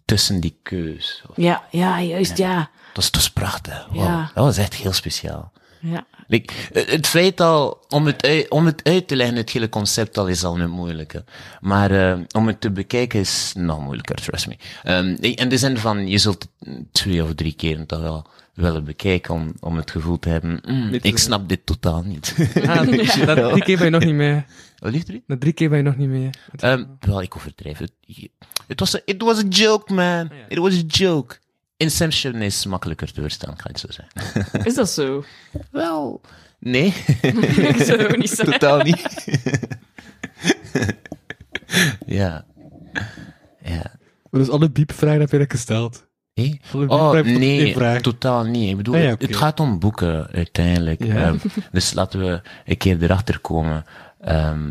C: tussen die keus.
E: Ja, ja, juist, ja.
C: Dat is, dat is prachtig. Wow.
E: Ja.
C: Dat was echt heel speciaal.
E: Ja,
C: Like, eh, het het feit al, om het, uit, om het uit te leggen, het hele concept al, is al een moeilijke. Maar eh, om het te bekijken is nog moeilijker, trust me. Ehm, i- in de zin van, je zult het twee of drie keer toch wel willen bekijken om, om het gevoel te hebben, mm,
D: Dit is
C: ik
D: het.
C: snap dit totaal niet.
D: Ah, dat- drie keer ben je nog niet mee.
C: Wat lief drie?
D: Dat drie keer ben je nog niet mee.
C: Ehm, wel, ik overdrijf het. Je- Het was, een- it was a joke, man. It was a joke. Inception is makkelijker te verstaan, ga ik zo zeggen.
E: is dat zo?
C: Wel, nee.
E: ik zou het niet zeggen.
C: Totaal niet. ja. Ja.
D: Dus alle diepvragen heb je dat gesteld.
C: Hé?
D: Alle
C: Oh,
D: diepvragen tot één
C: nee,
D: vraag.
C: totaal niet. Ik bedoel,
D: Ah, ja,
C: het- het
D: oké.
C: gaat om boeken uiteindelijk.
D: Ja.
C: Ehm, dus laten we een keer erachter komen. ehm,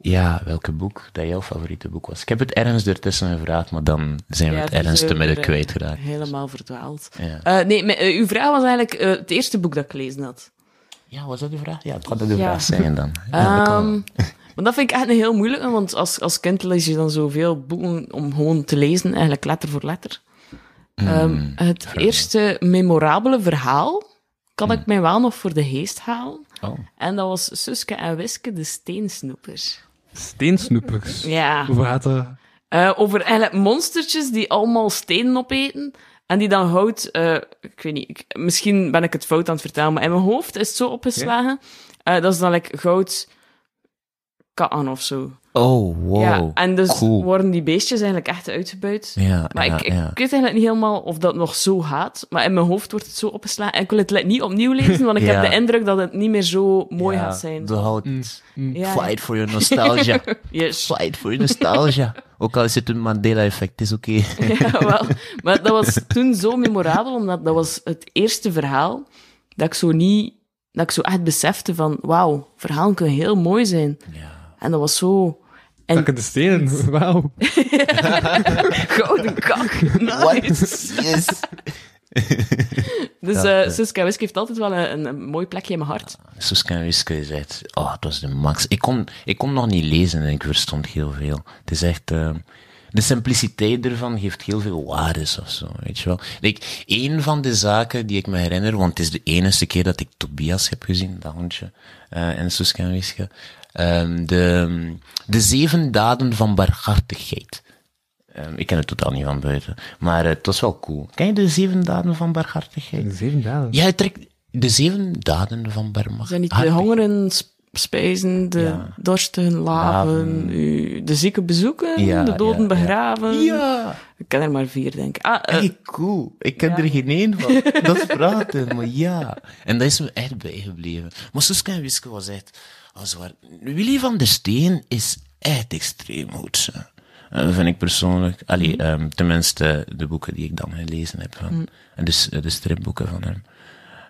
C: ja, welke boek dat jouw favoriete boek was. Ik heb het ergens ertussen gevraagd, maar dan zijn we
E: Ja,
C: het
E: het is
C: ergens te
E: ook
C: midden
E: weer,
C: kwijtgeraakt.
E: Helemaal verdwaald.
C: Ja.
E: Eh, nee, maar, eh, uw vraag was eigenlijk eh, het eerste boek dat ik gelezen had.
C: ja, was dat de vraag? Ja, het had dat de
E: Ja.
C: vraag zijn dan. Ja, dat kan wel.
E: Ehm maar dat vind ik echt een heel moeilijk, want als, als kind lees je dan zoveel boeken om gewoon te lezen, eigenlijk letter voor letter.
C: Hmm,
E: Ehm, het eerste memorabele verhaal kan ik mij wel nog voor de geest halen.
C: Hmm. Oh.
E: En dat was Suske en Wiske, de steensnoepers.
D: Steensnoepers.
E: Ja.
D: Water.
E: Eh, over eigenlijk monstertjes die allemaal stenen opeten. En die dan hout... eh, ik weet niet, ik- misschien ben ik het fout aan het vertellen, maar in mijn hoofd is het zo opgeslagen. eh, dat is dan like, goud katten of zo.
C: Oh, wow.
E: ja, en dus
C: cool.
E: worden die beestjes eigenlijk echt uitgebuit.
C: Ja,
E: Maar
C: ja,
E: ik, ik,
C: ja.
E: weet eigenlijk niet helemaal of dat nog zo gaat. Maar in mijn hoofd wordt het zo opgeslagen. En ik wil het le- niet opnieuw lezen, want ik
C: Ja.
E: heb de indruk dat het niet meer zo mooi
C: Ja,
E: gaat zijn.
C: De hout.
D: Mm.
E: Ja.
C: Fight for your nostalgia.
E: Yes.
C: Fight for your nostalgia. Ook al is het een Mandela-effect, het is oké.
E: Ja, wel. Maar dat was toen zo memorabel, omdat dat was het eerste verhaal dat ik zo niet... Dat ik zo echt besefte van, wauw, verhalen kunnen heel mooi zijn.
C: Ja.
E: En dat was zo... En
D: Takken de stenen. Wauw.
E: gouden kak. Nice.
C: Yes.
E: Dus
C: Ja,
E: eh Suske en Wiske heeft altijd wel een, een, een mooi plekje in mijn hart.
C: Suske en Wiske is echt... Oh, het was de max. Ik kon, ik kon nog niet lezen en ik verstond heel veel. Het is echt... ehm, de simpliciteit ervan geeft heel veel waardes of zo, weet je wel. Like, een van de zaken die ik me herinner, want het is de enige keer dat ik Tobias heb gezien, dat hondje, eh en Suske en Wiske, ehm, de, de zeven daden van barmhartigheid. Ehm, ik ken het totaal niet van buiten, maar eh, het was wel cool. Ken je de zeven daden van barmhartigheid?
D: Zeven dagen.
C: Jij trekt de zeven daden van
E: Zijn niet
C: barmhartigheid.
E: de hongeren sp- spijzen, de dorsten laven,
C: Laven.
E: u- de zieken bezoeken,
C: Ja,
E: de doden
C: ja, ja.
E: begraven.
C: Ja.
E: Ik ken er maar vier, denk ik. Ah, eh,
C: Hey, cool. Ik ken
E: ja.
C: er geen één van. Dat is praten, maar ja. En dat is me echt bijgebleven. Maar Suske en Wiske was echt... Was waar. Willy van der Steen is echt extreem goed. zo. Eh, vind ik persoonlijk. Allee,
E: Mhm.
C: ehm, tenminste, de boeken die ik dan gelezen heb. Van,
E: Mhm.
C: en dus eh, de stripboeken van hem.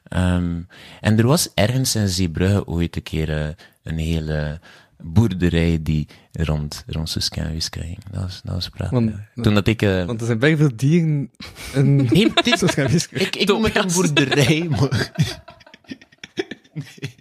C: Ehm, en er was ergens in Zeebrugge ooit een keer eh, een hele boerderij die rond, rond Suske en Wiske ging. Dat was, dat was praten.
D: Want-
C: Toen dat ik... eh,
D: Want er zijn bijna veel dieren. En...
C: Nee, dit-
D: Zoals jij wist.
C: ik, ik noem het een boerderij, maar... Nee,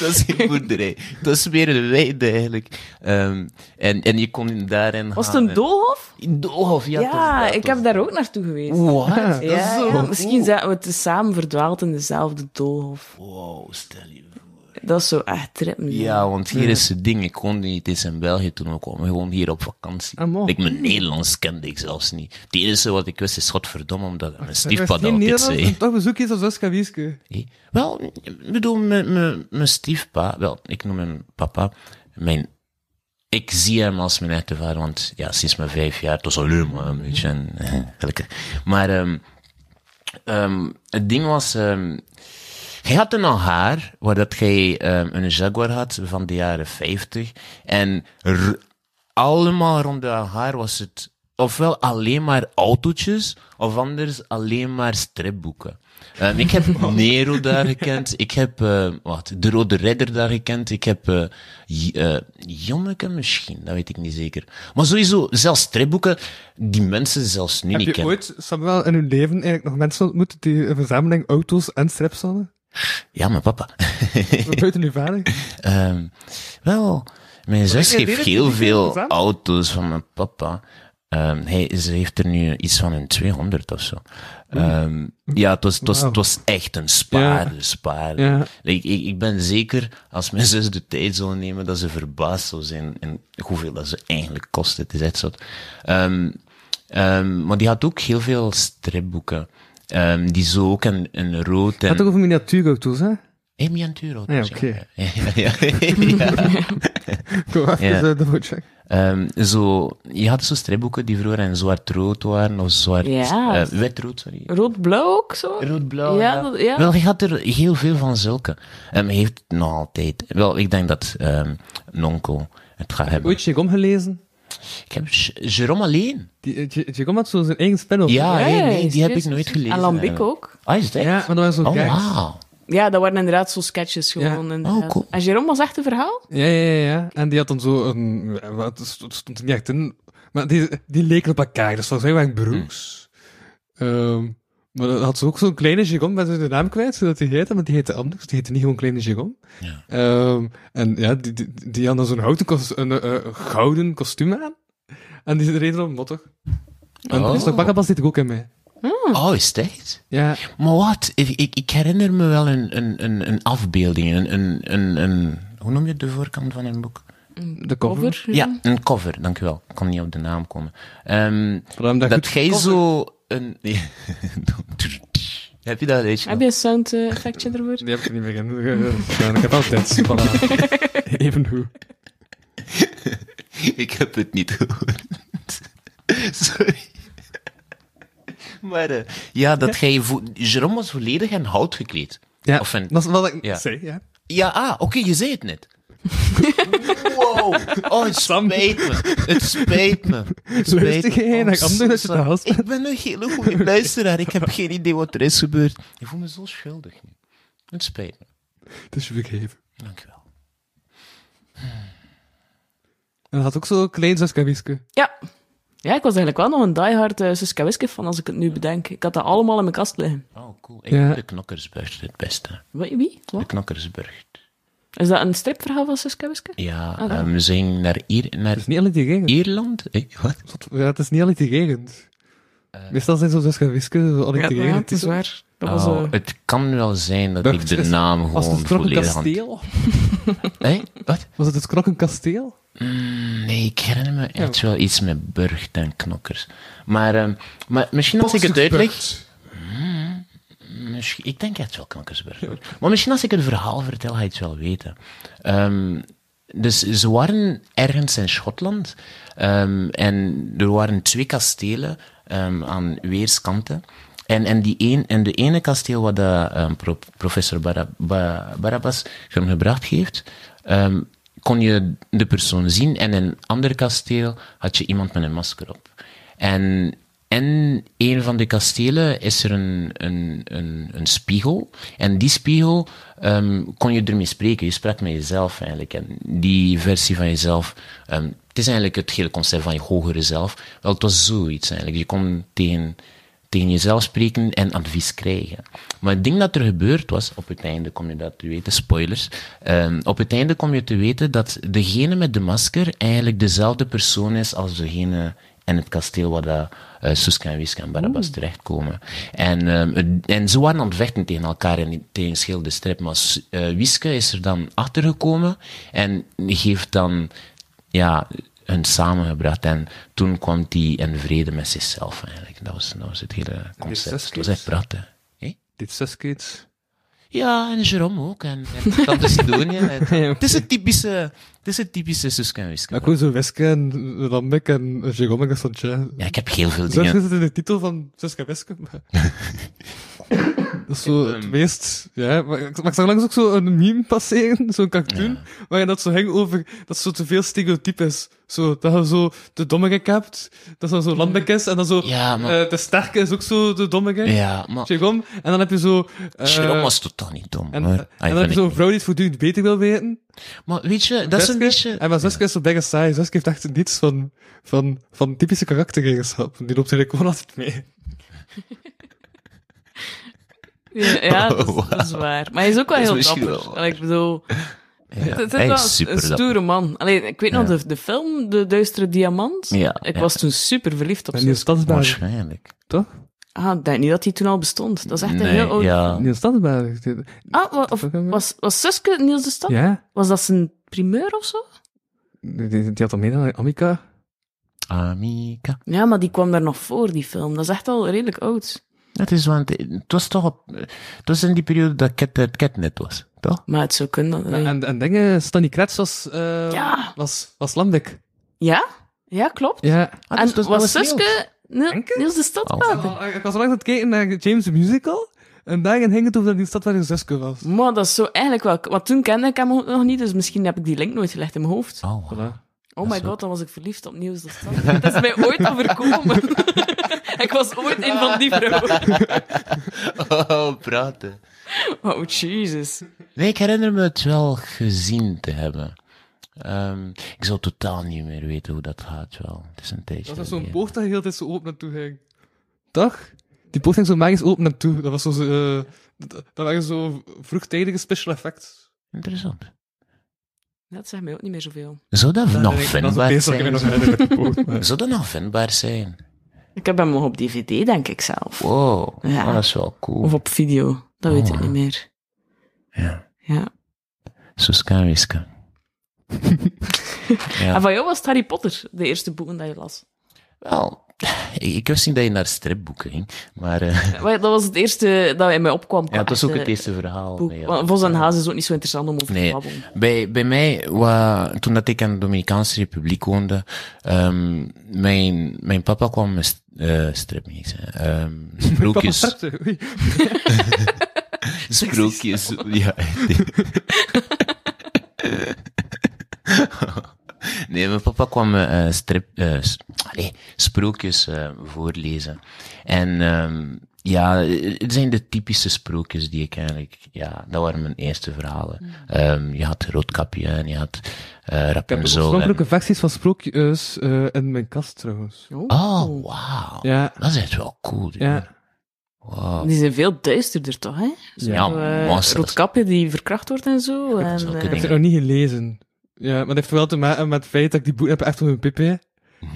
C: dat is geen boerderij. Dat is weer een weide, eigenlijk. Ehm, en, en je kon daarin
E: was het een
C: doolhof?
E: doolhof?
C: Doolhof, ja.
E: Ja, ik heb daar ook naartoe geweest.
C: Wat? Dat is
E: ja,
C: zo
E: ja,
C: cool.
E: misschien zaten we het samen verdwaald in dezelfde doolhof.
C: Wow, stel je voor.
E: Dat is zo echt trippen.
C: Ja, want hier is het ding. Ik woonde niet eens in België toen ik kwam. Gewoon hier op vakantie.
D: Ah, mooi.
C: ik mijn Nederlands kende ik zelfs niet. Het enige wat ik wist is, godverdomme, omdat mijn
D: Er
C: stiefpa dat
D: was geen
C: altijd
D: Nederlands
C: zei.
D: en toch bezoek is als Oscar Wieske.
C: Hé? Wel, ik bedoel, mijn- mijn mijn stiefpa, wel, ik noem hem papa. Mijn, ik zie hem als mijn echte vader, want ja, sinds mijn vijf jaar, het was alleen maar een beetje, en, eh, gelukkig. Maar ehm, ehm, het ding was, ehm, hij had een haar waar dat hij ehm, een Jaguar had van de jaren 50. En r- allemaal rond de haar was het ofwel alleen maar autootjes, of anders alleen maar stripboeken. Ehm, ik heb Nero daar gekend. Ik heb eh, wat, de Rode Redder daar gekend. Ik heb eh J- eh, Janneke misschien, dat weet ik niet zeker. Maar sowieso, zelfs stripboeken die mensen zelfs nu
D: Heb
C: niet
D: je
C: kennen.
D: ooit, Samuel, in uw leven eigenlijk nog mensen ontmoet die een verzameling auto's en strips hadden?
C: Ja, mijn papa.
D: Buiten uw vader?
C: Ehm, wel, mijn zus
D: ik weet
C: heeft
D: het
C: heel
D: niet,
C: veel
D: Sam.
C: auto's van mijn papa. Ehm, hij is- heeft er nu iets van een 200 of zo. Ehm, ja, het was, het, was, het was echt een spaarder, spaarder.
D: Ja.
C: Like, ik, ik ben zeker, als mijn zus de tijd zou nemen, dat ze verbaasd zou zijn in hoeveel dat ze eigenlijk kost. Het is echt zo. Ehm, ehm, maar die had ook heel veel stripboeken. Ehm, die zo ook in, in rood en...
D: Gaat ook over miniatuurauto's, hè?
C: Amy en Turo.
D: Ja, oké.
C: Ja, ja, ja.
D: Kom even
C: Ja.
D: eh, double check.
C: Ehm, zo, je had zo stripboeken die vroeger in zwart-rood waren, of zwart...
E: Ja.
C: eh, wit-rood, sorry.
E: Rood-blauw ook zo?
C: Rood-blauw,
E: Ja, dat- ja.
C: Wel, je had er heel veel van zulke. Ehm, hij heeft het nog altijd... Wel, ik denk dat ehm Nonko het gaat hebben.
D: Ooit Jérôme gelezen?
C: Ik heb J- Jerome alleen.
D: Die, eh, J- Jérôme had zo zijn eigen spin-off.
C: Ja,
E: Ja,
C: nee,
E: ja,
C: nee, die heb ik
E: serieus.
C: nooit gelezen.
E: En Lambic
C: eigenlijk.
E: ook.
C: Ah, is het echt?
D: Ja, maar dat waren zo
C: Oh,
D: gags.
C: wauw.
E: Ja, dat waren inderdaad zo sketches gewoon. inderdaad.
C: Oh, cool.
E: En Jérôme was echt een verhaal?
D: Ja, ja, ja, ja. En die had dan zo een... eh, Wat, het stond- het stond er niet echt in. Maar die, die leken op elkaar. Dus dat zijn waren broers. Ehm, maar dan had ze ook zo'n kleine Jérôme. Ben ze de naam kwijt, zodat die heette. Maar die heette anders. Die heette niet gewoon kleine Jérôme.
C: Ja.
D: Ehm, en ja, die, die, die had dan zo'n houten kos- een, eh, eh, gouden kostuum aan. En die reden op motto. En
C: Oh.
D: oh. Stok Bakkabas zit er ook in mee.
C: Oh, is dat het?
D: Ja.
C: Maar wat? Ik, ik, ik herinner me wel een, een, een, een afbeelding, een, een, een, een... Hoe noem je de voorkant van een boek?
D: De cover.
E: Over?
C: Ja, een cover, dankjewel. Ik kon niet op de naam komen. Ehm,
D: Waarom dat
C: dat
D: Nou goed
C: jij zo een... Heb je dat reetje?
E: Heb je een sound eh, effectje ervoor?
D: Die heb ik niet meer in. Ik heb altijd super Even hoe.
C: Ik heb het niet gehoord. Sorry. Maar eh, ja, dat jij... vo- Jerome was volledig in hout gekleed.
D: Ja,
C: Of een-
D: dat is wat ik
C: Ja.
D: zei, ja.
C: Ja, ah, oké, je zei het net. wow. Oh, het
D: Sam.
C: spijt me. Het spijt me. Het spijt
D: Luister
C: me.
D: jij
C: Oh,
D: naar anderen dat je
C: sorry.
D: te gast
C: Ik ben een hele goede luisteraar. Ik heb geen idee wat er is gebeurd. Ik voel me zo schuldig nu. Het spijt me.
D: Het is je vergeven.
C: Dankjewel.
D: En dat had ook zo'n klein zaskabiske.
E: Ja. Ja, ik was eigenlijk wel nog een diehard eh Suska Wiske van als ik het nu bedenk. Ik had dat allemaal in mijn kast liggen.
C: Oh, cool. Ik
D: Ja. Oh.
C: vind de knokkersburg het beste.
E: Wie? wie?
C: De
E: Wat?
C: knokkersburg.
E: Is dat een stripverhaal van Suska Wiske?
C: Ja,
E: Ah, wel.
C: eh, we zijn naar, Ier- naar
D: Het is niet alleen die regent.
C: Ierland. Eh, wat?
D: Zot- Ja, het is niet alleen die regent. Meestal zijn zo'n zaskabiske, zo alleen die regent.
E: waar. Dat was,
C: Oh,
E: eh,
C: het kan wel zijn dat
D: Dat
C: ik de
D: is-
C: naam
D: Was het
C: gewoon
D: het Krokken
C: volledig hand-
D: Kasteel?
C: Hé, wat?
D: Was het het Krokken Kasteel?
C: Mm, Nee, ik herinner me echt wel iets met burcht en knokkers. Maar, ehm, maar misschien als ik het uitleg... Misschien, ik denk echt wel knokkersburg. hoor. Maar misschien als ik het verhaal vertel, ga je het wel weten. Ehm, dus ze waren ergens in Schotland. ehm, en er waren twee kastelen ehm, aan weerskanten. En, en, die een, en de ene kasteel wat de, professor Barab- Ba- Barabbas hem gebracht heeft, ehm, kon je de persoon zien. En in een ander kasteel had je iemand met een masker op. En in een van de kastelen is er een, een, een, een spiegel. En die spiegel ehm, kon je ermee spreken. Je sprak met jezelf eigenlijk. En die versie van jezelf. ehm, het is eigenlijk het hele concept van je hogere zelf. Wel, het was zoiets eigenlijk. Je kon tegen, tegen jezelf spreken en advies krijgen. Maar het ding dat er gebeurd was, op het einde kom je dat te weten, spoilers. ehm, op het einde kom je te weten dat degene met de masker eigenlijk dezelfde persoon is als degene in het kasteel waar dat, eh, Suska en Wiska en Barabbas terechtkomen. En, ehm, het- en ze waren aan het vechten tegen elkaar en tegen schilde strip. Maar Su- eh, Wiska is er dan achtergekomen en heeft dan ja, hun samengebracht. En toen kwam die in vrede met zichzelf eigenlijk. Dat was, dat was het hele concept.
D: zes
C: Het was echt
D: kids?
C: prachtig. Hé?
D: Dit Suskids.
C: Ja, en Jerome ook. En, en Tante Sidonia. En- Het is het typische, het is het typische Suske en Wiske.
D: Maar ik hoor zo Wiske en Rambek en Jérôme en Sanchez.
C: Ja, ik heb heel veel
D: Zo
C: dingen.
D: zit het in de titel van Suska Wiske. maar- Dat is zo
C: Ehm.
D: het meest... Ja, maar ik, maar ik zag langs ook zo een meme passeren, zo'n cartoon, waarin dat zo hing over dat zo te veel stereotyp is. Zo, dat je zo de dommigek hebt, dat dan zo Lambek is, en dan zo
C: Ja, maar-
D: eh, de sterke is ook zo de dommigek.
C: Ja, maar
D: Jérôme, en dan heb je zo... eh,
C: Jerome was totaal niet dom.
D: en, eh,
C: hoor.
D: en
C: Hij
D: dan
C: vond
D: heb je
C: ik
D: zo'n
C: niet.
D: vrouw die het voortdurend beter wil weten.
C: Maar weet je, dat is een
D: Zuske,
C: beetje...
D: En maar Zuske is zo bijna saai. Zuske heeft echt niets van, van, van typische karaktereigenschappen. Die loopt eigenlijk gewoon altijd mee.
E: ja, ja, dat, is,
C: Oh,
E: dat is waar. Maar hij is ook wel
C: Dat is
E: heel
C: misschien
E: dapper.
C: wel waar.
E: Allee, ik bedoel,
C: Ja,
E: het, het
C: hij
E: is wel
C: is super
E: een
C: dapper.
E: stoere man. Allee, ik weet nog, de, de film De Duistere Diamant,
C: Ja,
E: ik
C: ja.
E: was toen super verliefd op
D: En die
E: ze.
D: stadsberg.
C: Waarschijnlijk.
D: Toch?
E: Ah, ik denk niet dat die toen al bestond. Dat is echt een heel oude...
C: ja.
D: Die stadsberg.
E: Ah, wa- of, was, was Suske Niels de
C: Oh.
E: Stad?
D: Ja.
E: Was dat zijn primeur of zo?
D: Die, die- die had al mee naar Amica.
C: Amica.
E: Ja, maar die kwam daar nog voor, die film. Dat is echt al redelijk oud.
C: Dat is want het was toch op, het was in die periode dat Cat, het Catnet was, toch?
E: Maar het zou kunnen. allee.
D: En, en dingen, Stanny Kretz was, eh
E: Ja.
D: was, was Lambek.
E: Ja? Ja, klopt.
D: Ja.
C: Ah, dus
E: En
C: dat dat
E: was
C: Niels.
E: Suske Niel-
D: Denk je?
E: Niels de Stad?
C: Oh.
E: vader?
D: Oh, ik was al lang aan het kijken naar James the Musical. En daarin hing het over dat die stadsberg Zuske was.
E: Maar dat is zo eigenlijk wel... Want toen kende ik hem ook nog niet, dus misschien heb ik die link nooit gelegd in mijn hoofd.
C: Oh, wow.
D: Voilà.
E: Oh
C: dat
E: my
C: is
E: god, dan was ik verliefd op Niels de Stad. Dat is mij ooit overkomen. ik was ooit een van die vrouwen.
C: Oh, praten.
E: Oh, Jesus.
C: Nee, ik herinner me het wel gezien te hebben. Ehm, ik zou totaal niet meer weten hoe dat gaat wel. Het is een tijdje.
D: Dat was zo'n
C: geleden.
D: poort dat heel tijd zo open naartoe ging. Toch? Die poort ging zo magisch open naartoe. Dat was zo, eh, dat, dat waren zo vroegtijdige special effects.
C: Interessant.
E: Dat zegt mij ook niet meer zoveel.
C: Zou dat nog
D: Dat is
C: vindbaar
D: het eerste wat ik me
C: zijn?
D: nog herinner met die poort, maar-
C: Zou dat nog vindbaar zijn?
E: Ik heb hem nog op dvd, denk ik zelf.
C: Wow,
E: Ja.
C: dat is wel cool.
E: Of op video, dat weet
C: Oh.
E: ik niet meer.
C: Ja.
E: Ja.
C: Suska en Wiska. Ja.
E: En van jou was het Harry Potter, de eerste boeken dat je las.
C: Wel, ik, ik wist niet dat je naar stripboeken ging, maar eh,
E: Maar Dat was het eerste dat in mij opkwam.
C: ja, dat is ook
E: Echt,
C: het
E: eh,
C: eerste verhaal.
E: boek.
C: nee, ja.
E: Want Vos en Haas is ook niet zo interessant om over
C: Nee.
E: te babbelen.
C: Bij, bij mij, wa, toen dat ik in de Dominicaanse Republiek woonde, ehm, mijn, mijn papa kwam met st- eh, strip, ehm, niet broekjes.
D: Oei.
C: Sprookjes, ja. Nee, mijn papa kwam me eh, strip, eh, s- allee, sprookjes eh, voorlezen. En ehm, ja, eh, het zijn de typische sprookjes die ik eigenlijk... Ja, dat waren mijn eerste verhalen. Ehm, je had Roodkapje en je had eh
D: Hmm. Ik heb
C: Rapunzel. en-
D: oorspronkelijke versies van sprookjes eh, in mijn kast trouwens.
C: Oh, wauw.
D: Ja,
C: Dat is echt wel cool. dude.
D: ja.
C: Wauw.
E: Die zijn veel duisterder toch, hè? Zo,
C: Oh. Ja,
E: eh,
C: monsters.
E: Roodkapje die verkracht wordt en zo. En,
C: Zulke
E: eh,
D: Ik heb
C: dingen.
D: het nog niet gelezen. Ja, maar dat heeft wel te maken met het feit dat ik die boek heb echt op mijn pipi.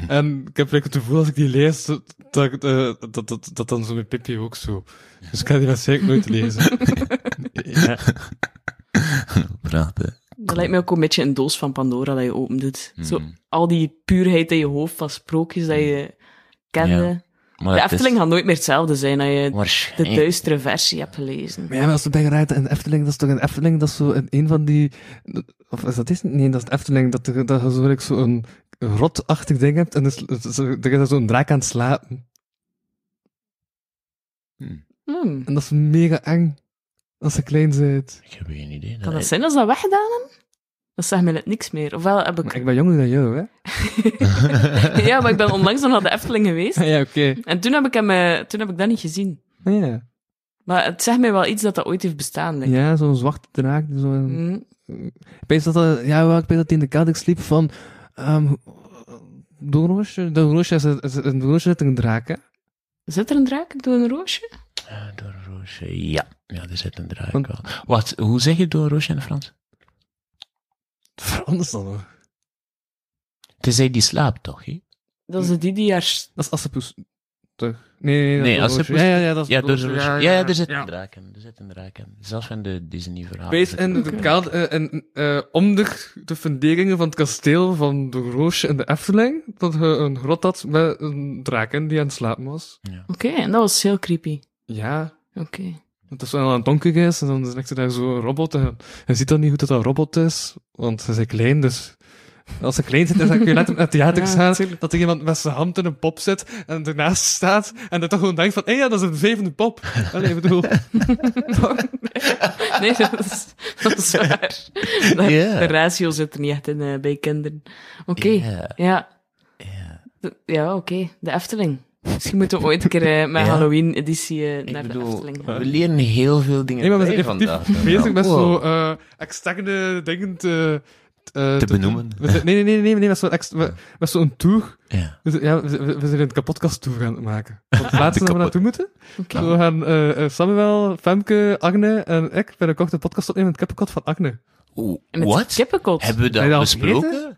D: En ik heb like, het gevoel als ik die lees, dat, dat, eh, dat, dat, dat, dan zo mijn pipi ook zo. Dus ik ga die waarschijnlijk nooit lezen. ja.
C: Prachtig.
E: dat lijkt mij ook een beetje een doos van Pandora dat je opendoet. Zo,
C: Mhm.
E: al die puurheid in je hoofd van sprookjes dat je kende.
C: Hmm. Ja, Maar
E: De
C: het is
E: Efteling gaat nooit meer hetzelfde zijn als je de
C: waarschijnlijk-
E: duistere versie hebt gelezen.
D: Maar ja, maar als je bij rijdt in de Efteling, dat is toch een Efteling, dat is zo in een van die... Of is dat deze? Nee, dat is de Efteling, dat, er, dat je zo, like, zo een rotachtig ding hebt en er is- er is- er is zo'n draak aan het slapen.
E: Hmm.
D: En dat is mega eng. Als ze klein bent.
C: Ik heb geen idee.
E: Kan
C: dat-
E: dat zijn als ze dat weggedaan hebben? Dat zegt mij net niks meer. Ofwel heb
D: Maar
E: ik...
D: ik ben jonger dan jou, hè?
E: Ja, maar ik ben onlangs nog naar de Efteling geweest.
D: ja, oké.
E: En toen heb ik, hem, eh, toen heb ik dat niet gezien.
D: Ja,
E: Maar het zegt mij wel iets dat dat ooit heeft bestaan. denk ik.
D: ja zo'n zwarte draak. die Zo een...
E: Hmm.
D: Ik weet dat, dat, ja, wel, ik weet dat hij in de kader sliep van... ehm Don Roosje. Don Roosje is, is, in Don Roosje zit een draak, hè?
E: Zit er een draak door een roosje?
C: Eh, Door een roosje, ja. Ja, er zit een draak
D: Want-
C: wel. Wat, hoe zeg je door een roosje in het Frans?
D: Anders dan hoor.
C: Tenzij die slaapt, toch? hè?
E: Dat is die die haar...
D: Dat is Assepoes. Toch? Nee, nee, dat
C: Nee,
D: is Don
C: Assepoes-
D: Roosje. Ja, ja, ja, dat is
C: Ja,
D: Don
C: door een roosje. Ja, ja, er zit
D: Ja.
C: een draak in. Er zit een draak in. Zelfs in de Disney-verhalen.
D: Wees
C: zit er
D: in
C: een
D: de
C: draak
D: kader, eh, en, eh, om de, de funderingen van het kasteel van Don Roosje in de Efteling, dat je een grot had met een draak in die aan het slapen was.
C: in. Ja.
E: Oké, en dat was heel creepy.
D: Ja,
E: Oké.
D: Dat is wel aan het donker is, en dan ligt er daar zo'n robot. En je ziet dan niet goed dat dat een robot is, want ze zijn klein, dus... Als ze klein zijn, dan kun je letterlijk naar het theater
E: Ja,
D: gaan, dat er iemand met zijn hand in een pop zit, en ernaast staat, en dan toch gewoon denkt van, hé ja, dat is een vevende pop. Allee, ik bedoel...
E: Nee, dat is, dat is waar. De,
C: Ja.
E: de ratio zit er niet echt in eh, bij kinderen. Oké,
C: Ja.
E: ja.
C: Ja.
E: De- Ja, oké. De Efteling. Dus Misschien moeten we ooit een keer eh, met
C: Ja.
E: Halloween-editie eh,
C: Ik
E: naar de
C: bedoel,
E: Efteling gaan.
C: we leren heel veel dingen
D: Nee, maar we zijn
C: bij
D: effectief
C: vandaag. dan
D: bezig
C: wel.
D: met
C: Wow.
D: zo eh externe dingen te... eh,
C: Te benoemen.
D: We zijn- Nee, nee, nee, nee, nee, met zo'n ex- met- met zo'n tour.
C: Ja.
D: We zijn- Ja, we zijn- we zijn een kapotkast tour gaan maken. Want het laatste dat we
C: kapot-
D: naartoe moeten,
E: Oké.
D: We gaan eh, eh, Samuel, Femke, Agne en ik binnenkort een podcast opnemen met het kippenkot van Agne.
C: Oeh,
E: En Met
C: Wat?
E: kippenkot.
C: Hebben we
D: Heb
C: dat
D: je dat
C: besproken?
D: vergeten?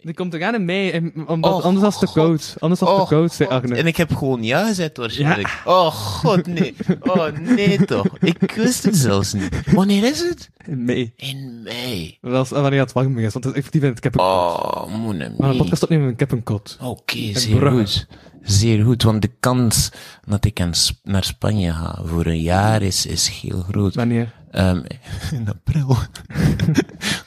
D: Die komt er aan in mei, en- omdat
C: Oh,
D: anders was het te
C: God.
D: koud. Anders was het
C: Oh,
D: te koud, zei
C: God.
D: Agne.
C: En ik heb gewoon ja gezet waarschijnlijk. Oh god, nee. Oh nee toch. Ik wist het zelfs niet. Wanneer is het?
D: In mei.
C: In mei.
D: Dat is wanneer het warm is, want het is effectief in het kippenkot.
C: Oh, mon ami.
D: We gaan een Ah, podcast opnemen met een kippenkot.
C: Oké,
D: En
C: zeer
D: Brugge.
C: goed. Zeer goed, want de kans dat ik aan Sp- naar Spanje ga voor een jaar is, is heel groot.
D: Wanneer?
C: Ehm, in april.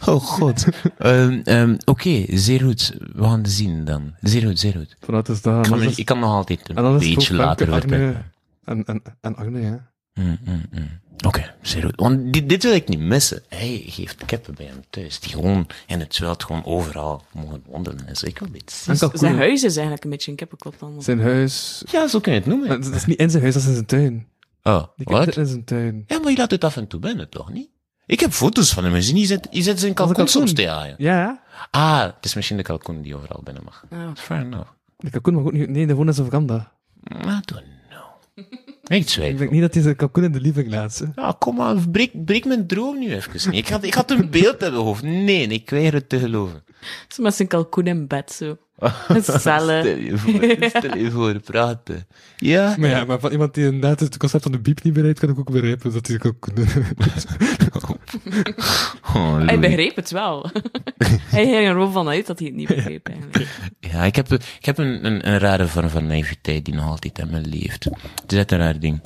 C: oh god. Ehm, ehm, Oké, zeer goed. We gaan het zien dan. Zeer goed, zeer goed.
D: Vanuit is dat.
C: Ik
D: En
C: kan,
D: dan
C: me-
D: is-
C: ik kan nog altijd
D: en dan
C: een
D: is het
C: beetje
D: gewoon Femke,
C: later vertrekken.
D: Agne en, en, en Agne, ja.
C: Mm, mm, mm. Oké, zeer goed. Want dit, dit wil ik niet missen. Hij geeft kippen bij hem thuis, die gewoon in het veld gewoon overal mogen wandelen. Dus ik wil dit zien.
D: En
E: Dus zijn
D: kalkoen.
E: huis is eigenlijk een beetje een kippenkot dan.
D: Zijn huis...
C: Ja, zo kun je het
D: Maar
C: noemen.
D: Dat is niet in zijn huis, dat is in zijn tuin.
C: Oh,
D: Die
C: wat?
D: zit in zijn tuin.
C: Ja, maar je laat het af en toe binnen, toch niet? Ik heb foto's van hem gezien. Je zet, je zet zijn kalkoen
D: kalkoen.
C: soms te jaaien.
D: Ja.
C: Ah, het is misschien de kalkoen die overal binnen mag.
E: Ah.
C: Fair enough.
D: De kalkoen mag ook niet... Nee, de woont in zijn veranda.
C: I don't know. Ik
D: Ik
C: zweet.
D: denk niet dat hij zijn kalkoen in de living laat. ze.
C: Ja, kom maar, breek, breek mijn droom nu even niet. Ik had, ik had een beeld in mijn hoofd. Nee, nee, ik weiger het te geloven.
E: Zo met zijn kalkoen in bed zo. Cellen.
C: Stel je voor, stel je voor, praten. Ja,
D: Maar ja, maar van iemand die inderdaad het concept van de biep niet bereikt, kan ik ook begrijpen dat hij het ook...
C: Oh, Louis.
E: Hij begreep het wel. hij ging er wel vanuit dat hij het niet begreep, eigenlijk.
C: Ja, ik heb, ik heb een, een, een rare vorm van naïviteit die nog altijd aan me leeft. Het is echt een raar ding.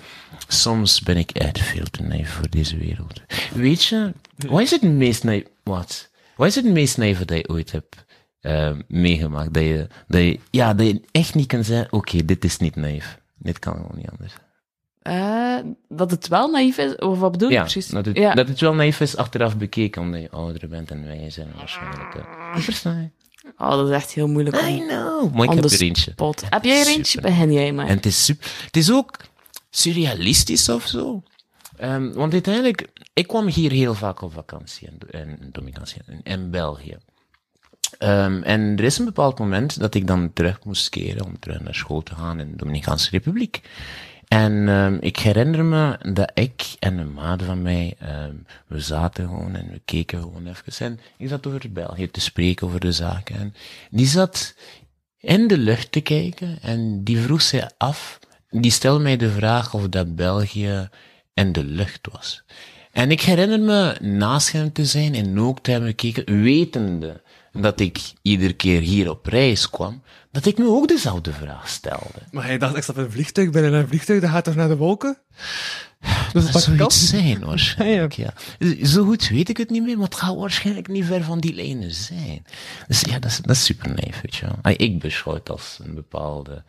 C: Soms ben ik echt veel te naïef voor deze wereld. Weet je, wat is het meest naïef... Wat? Wat is het meest naïef dat je ooit hebt eh, meegemaakt? Dat je, dat, je, ja, dat je echt niet kan zeggen, oké, dit is niet naïef. Dit kan gewoon niet anders.
E: Eh, dat het wel naïef is, of wat bedoel je
C: ja,
E: precies?
C: Dat, het,
E: ja.
C: dat het wel naïef is achteraf bekeken, omdat je ouder bent en wij zijn waarschijnlijk... eh, verstaan je?
E: Oh, dat is echt heel moeilijk
C: I
E: om
C: know. Maar ik
E: on
C: heb
E: the
C: er eentje.
E: spot. Heb jij er eentje?
C: Super.
E: Begin jij maar.
C: En het is, sup- het is ook surrealistisch of zo. Ehm, want uiteindelijk, ik kwam hier heel vaak op vakantie en, en dominantie in, in België. Ehm, en er is een bepaald moment dat ik dan terug moest keren om terug naar school te gaan in de Dominicaanse Republiek. En ehm, ik herinner me dat ik en een maat van mij, ehm, we zaten gewoon en we keken gewoon even. En ik zat over België te spreken, over de zaken. En die zat in de lucht te kijken en die vroeg zich af, die stelde mij de vraag of dat België in de lucht was. En ik herinner me naast hem te zijn en ook te hebben gekeken, wetende dat ik iedere keer hier op reis kwam, dat ik me ook dezelfde vraag stelde.
D: Maar hij dacht, ik stap in een vliegtuig, ben in een vliegtuig, dat gaat toch naar de wolken? Dus
C: Dat zou
D: dat
C: iets
D: is
C: zijn waarschijnlijk, ja. Eh, Zo goed weet ik het niet meer, maar het gaat waarschijnlijk niet ver van die lijnen zijn. Dus ja, dat is, dat is super naïef, weet je wel. Ah, Ik beschouw het als een bepaalde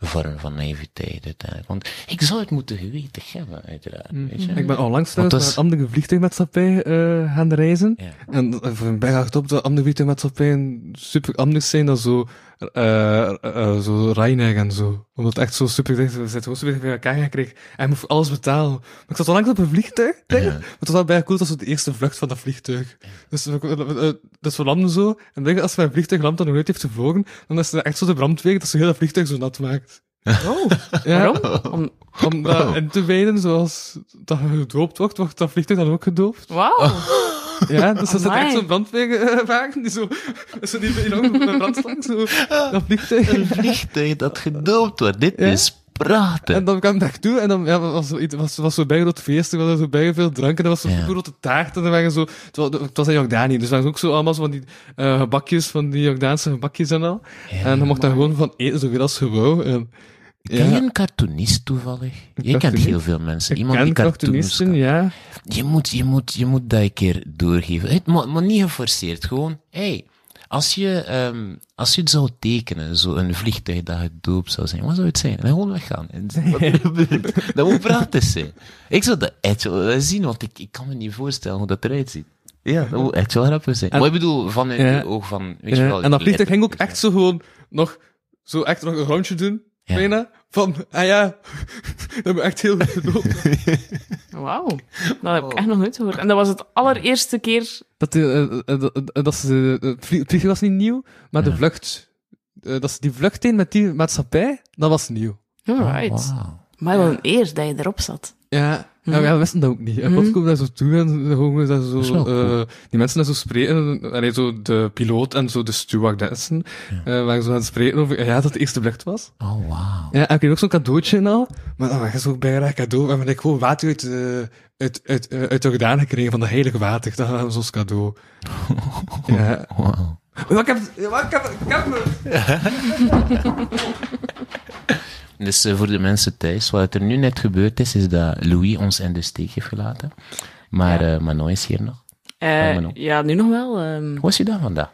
C: vorm van naïviteit uiteindelijk. Want ik zou het moeten geweten hebben, uiteraard, weet je.
D: Ik ben
C: Want
D: onlangs trouwens
C: dat
D: naar
C: is-
D: een andere vliegtuigmaatschappij eh gaan reizen.
C: Ja.
D: En eh, van bij hard op dat andere vliegtuigmaatschappijen super anders zijn dan zo, eh eh, zo Ryanair en zo. Omdat het echt zo super dicht we zitten, gewoon super dicht bij elkaar gekregen. En je moet voor alles betalen. Maar ik zat onlangs op een vliegtuig, denk ik. Maar het was wel bijna cool, dat was zo de eerste vlucht van dat vliegtuig. Dus, we- eh, eh, dus we landen zo. En denk ik, als mijn vliegtuig landt dat nog nooit heeft gevlogen, dan is het echt zo de brandweer dat ze heel dat vliegtuig zo nat maakt.
E: Oh,
D: Ja.
E: waarom? Om...
D: Om
C: Oh.
D: dat eh, in te wijden, zoals dat je gedoopt wordt, wordt dat vliegtuig dan ook gedoopt.
E: Wauw.
C: Oh.
D: Ja, dus dat zit
E: Amai.
D: echt zo'n brandwegenwagen die zo, zo die enorme brandslang, zo, dat vliegtuig.
C: Een vliegtuig dat gedoopt wordt, dit
D: Ja.
C: is praten.
D: En dan kwam ik naartoe en dan ja, was er iets- was, was zo bij groot feest, er was zo bij veel drank en er was zo'n
C: Ja.
D: super grote taart en er waren zo, het was, het was in Jordanië, dus er waren ook zo allemaal zo van die eh gebakjes, van die Jordaanse gebakjes en al. en dan mocht daar gewoon van eten zoveel als je wou. Eh, En,
C: Ken je
D: ja,
C: een cartoonist toevallig? Je kent
D: cartoonist?
C: heel veel mensen.
D: ik
C: Iemand die
D: ken
C: cartoons
D: cartoonisten,
C: kan.
D: ja.
C: Je moet, je moet, je moet dat een keer doorgeven. Het, maar, maar niet geforceerd. Gewoon, hey, als je, ehm, als je het zou tekenen, zo een vliegtuig dat gedoopt zou zijn, wat zou het zijn? En gewoon weggaan. En wat er gebeurt. Dat moet praten zijn. Ik zou dat echt wel willen zien, want ik, ik kan me niet voorstellen hoe dat eruit ziet. Ja, dat moet echt wel grappig zijn.
D: En-
C: maar ik bedoel, vanuit
D: Ja.
C: je oog van, weet je
D: Ja,
C: wel.
D: en dat vliegtuig ging ook
C: letterlijk.
D: echt zo gewoon nog, zo echt nog een rondje doen,
C: Ja.
D: bijna. Van, ah ja, dat hebben we echt heel goed gedaan.
E: Wauw. Dat heb ik echt nog nooit gehoord. En dat was het allereerste keer...
D: dat, die, eh, eh, eh, eh, dat ze, eh, het vlie- het vliegtuig was niet nieuw, maar de vlucht, eh, dat ze die vlucht in met die maatschappij, dat was nieuw.
E: Alright.
C: Ah, Wauw.
E: Maar wel een eer dat je erop zat.
D: Ja, Mhm. ja, ja, we wisten dat ook niet. En plots komen we daar zo toe en gewoon we daar zo,
C: is wel cool.
D: eh, die mensen daar zo spreken, eh, allee, zo de piloot en zo de stewardessen, eh, waren zo aan het spreken over, eh, ja, dat het de eerste vlucht was.
C: Oh, wauw.
D: Ja, en ik kreeg ook zo'n cadeautje en al. Maar dat was ook bijna een cadeau. En ik gewoon water uit, eh, uit, uit, eh, uit Jordaan gekregen van de heilige water. Dat was ons cadeau. ja.
C: Wauw.
D: Maar ik heb, maar ik heb, ik heb me-
C: Dus eh, voor de mensen thuis, wat er nu net gebeurd is, is dat Louis ons in de steek heeft gelaten. Maar eh Manon is hier nog.
E: Eh,
C: Ja, maar nog.
E: ja, nu nog wel. ehm
C: Hoe was je dag vandaag?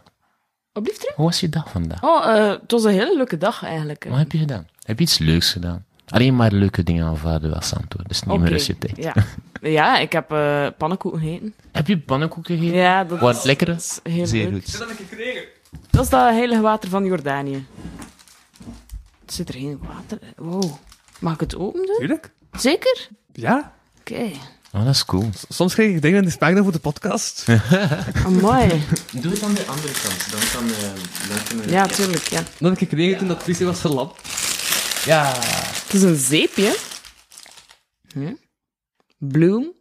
E: Alblieft terug.
C: Hoe was je dag vandaag?
E: Oh, eh, het was een hele leuke dag eigenlijk.
C: Wat heb je gedaan? Heb je iets leuks gedaan? Alleen maar leuke dingen aanvaarden was Santo, dus niet meer
E: Oké,
C: rustig tijd.
E: Ja. ja, ik heb eh pannenkoeken gegeten.
C: Heb je pannenkoeken gegeten?
E: Ja, dat
C: Waren
E: is,
C: het lekkere?
E: dat is heel
C: Zeer
E: leuk.
C: goed.
D: Dat heb ik gekregen.
E: Dat is dat heilige water van Jordanië. Het zit er geen water. Wow. Mag ik het open doen?
D: Tuurlijk.
E: Zeker?
D: Ja.
E: Oké.
C: Oh, dat is cool.
D: Soms kreeg ik dingen in de spaak voor de podcast.
E: oh, Mooi.
C: Doe het aan de andere kant, dan kan...
E: Ja, tuurlijk. Ja.
D: Dat heb ik gekregen toen dat Friese was verlapt.
C: ja.
E: Het is een zeepje. Hm? Bloem.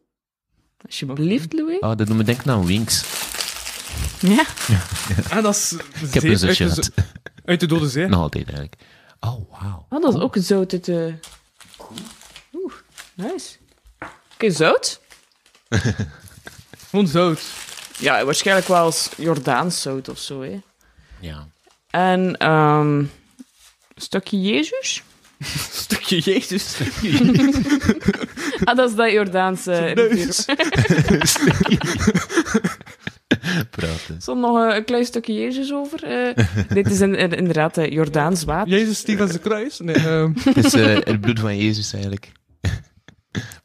E: Alsjeblieft, Louis.
C: Oh, dat doet me denken aan Winks.
E: Ja.
D: En Ah, dat is
C: Ik heb een zusje
D: uit,
C: gehad.
D: de, Uit de dode zee.
C: Nog altijd eigenlijk. Oh, wauw.
E: Ah, dat is ook zout uit de... Oeh, nice. Oké, zout?
D: Gewoon zout.
E: Ja, waarschijnlijk wel als Jordaans zout of zo, hè.
C: Ja.
E: En ehm stukje Jezus?
D: Stukje Jezus.
E: Ah, dat is dat Jordaanse...
D: Neus.
C: Praten.
E: Er stond nog eh, een klein stukje Jezus over. eh. dit is in- in- inderdaad eh, Jordaans water.
D: Jezus stieg aan zijn kruis. Nee, ehm,
C: Het is eh, het bloed van Jezus eigenlijk.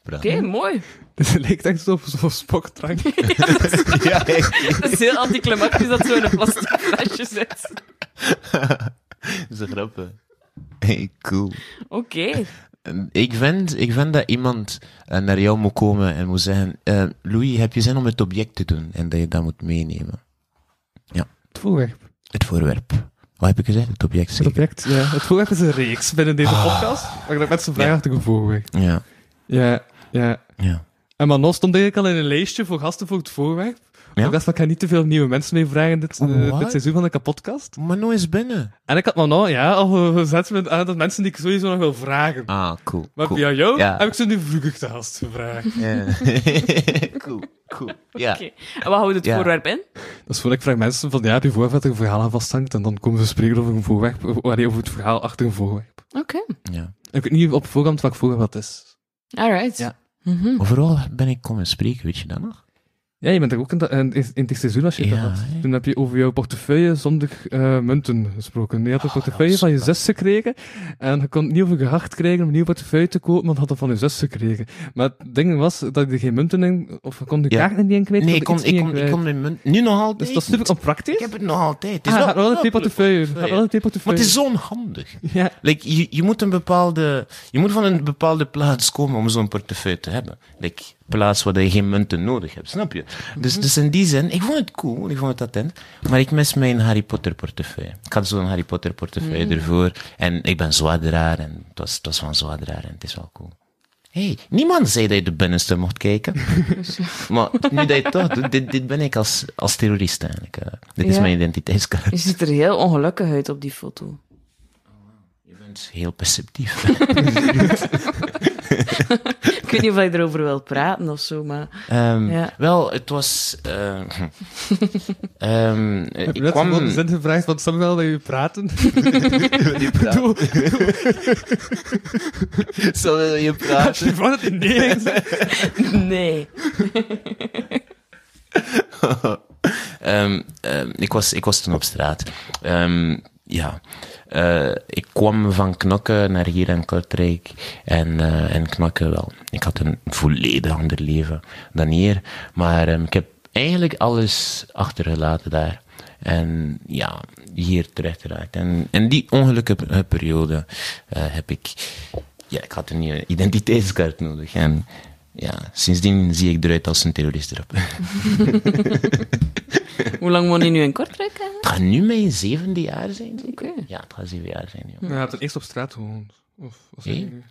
C: Praten.
E: Oké, mooi.
D: het lijkt echt zo op zo'n spokdrank.
C: Ja, echt.
E: Dat is heel anticlimactisch dat zo in een plastic flesje zit.
C: Dat is een grap, hè. Hey, cool.
E: Oké.
C: En Ehm, Ik vind, ik vind dat iemand eh, naar jou moet komen en moet zeggen: eh, Louis, heb je zin om het object te doen? En dat je dat moet meenemen.
D: Het voorwerp.
C: Het voorwerp. Wat heb ik gezegd? Het object
D: Het
C: zeker.
D: object. Ah. Ja. Het voorwerp is een reeks binnen deze podcast. Maar ik dacht met z'n vraag een voorwerp.
C: Ja,
D: Ja, ja.
C: ja.
D: En Manon stond eigenlijk al in een lijstje voor gasten voor het voorwerp.
C: Ja?
D: Ik dacht, van, ik ga niet te veel nieuwe mensen mee vragen dit, eh,
C: What?
D: dit seizoen van de kapotkast.
C: Maar nou is binnen.
D: En ik had Manon, ja, al gezet met aan dat mensen die ik sowieso nog wil vragen.
C: Ah, cool.
D: Maar
C: cool. Eh,
D: via jou
C: Ja.
D: heb ik ze nu vroeger te gast gevraagd.
C: Ja. cool, cool. Ja.
E: Oké. En wat houdt het
C: Ja.
E: voorwerp in?
D: Dat is voor ik vraag mensen van, ja, heb je voorwerp dat er een verhaal aan vasthangt? En dan komen ze spreken over een voorwerp, of- nee, over het verhaal achter een voorwerp.
E: Oké.
C: ja.
D: En ik weet niet op voorhand wat voorwerp dat is.
E: Alright.
D: Ja.
E: Mhm.
C: Overal ben ik komen spreken, weet je dat nog?
D: Ja, je bent er ook in, dat- in, in dit seizoen als je
C: Ja,
D: dat had.
C: hè.
D: Toen heb je over jouw portefeuille zonder eh, munten gesproken. Je had een
C: Oh,
D: portefeuille
C: dat
D: van
C: was
D: je zus gekregen en je kon het niet over gehard krijgen om een nieuwe portefeuille te kopen, want je had het van je zus gekregen. Maar het ding was dat je er geen munten in, of je kon de
C: Ja.
D: kaart er niet in kwijt.
C: Nee,
D: je
C: ik kom,
D: kon er iets
C: ik
D: niet
C: kom,
D: in
C: ik
D: kwijt.
C: kom in mijn... Nu nog altijd.
D: Dus dat is super onpraktisch.
C: Ik heb het nog altijd. Het is
D: Ah,
C: wel-
D: je had wel een twee portefeuille. Je had wel een twee
C: Maar
D: portefeuille.
C: het is zo onhandig.
D: Ja.
C: Like, je, je, moet een bepaalde, je moet van een bepaalde plaats komen om zo'n portefeuille te hebben. Like, plaats waar je geen munten nodig hebt, snap je? Dus, dus in die zin, ik vond het cool, ik vond het attent. Maar ik mis mijn Harry Potter portefeuille. Ik had zo'n Harry Potter portefeuille ervoor. En ik ben zwaarderaar en het was, het was van zwaarderaar en het is wel cool. hey, niemand zei dat je de binnenste mocht kijken. maar nu dat je het toch doet, dit, dit ben ik als, als terrorist eigenlijk. eh. dit is
E: Ja.
C: mijn identiteitskaart.
E: Je ziet er heel ongelukkig uit op die foto.
C: Je bent dus heel perceptief.
E: Ik weet niet of je erover wilt praten of zo, maar...
C: Ehm,
E: Ja.
C: Wel, het was. eh, ehm, eh,
D: Heb je
C: ik
D: net
C: kwam.
D: gewoon de zin gevraagd van Samuel dat je praten?
C: je praten? Zal je praten?
D: Je vond het nee gezegd.
E: Nee.
C: Ehm, ehm, ik, was, ik was toen op straat. Ehm, ja. Eh, ik kwam van Knokke naar hier in Kortrijk. En, eh, en Knokke wel. Ik had een volledig ander leven dan hier. Maar ehm, ik heb eigenlijk alles achtergelaten daar. En ja, hier terecht geraakt. En in die ongelukkige periode eh, heb ik... Ja, ik had een nieuwe identiteitskaart nodig. En ja, sindsdien zie ik eruit als een terrorist erop.
E: Hoe lang woon je nu in Kortrijk eigenlijk?
C: Het gaat nu mijn zevende jaar zijn, zeker?
E: Oké.
C: Ja, het gaat zeven jaar zijn, joh.
D: Je hebt dan eerst op straat gewoond. Of was
C: Nee.
D: nee.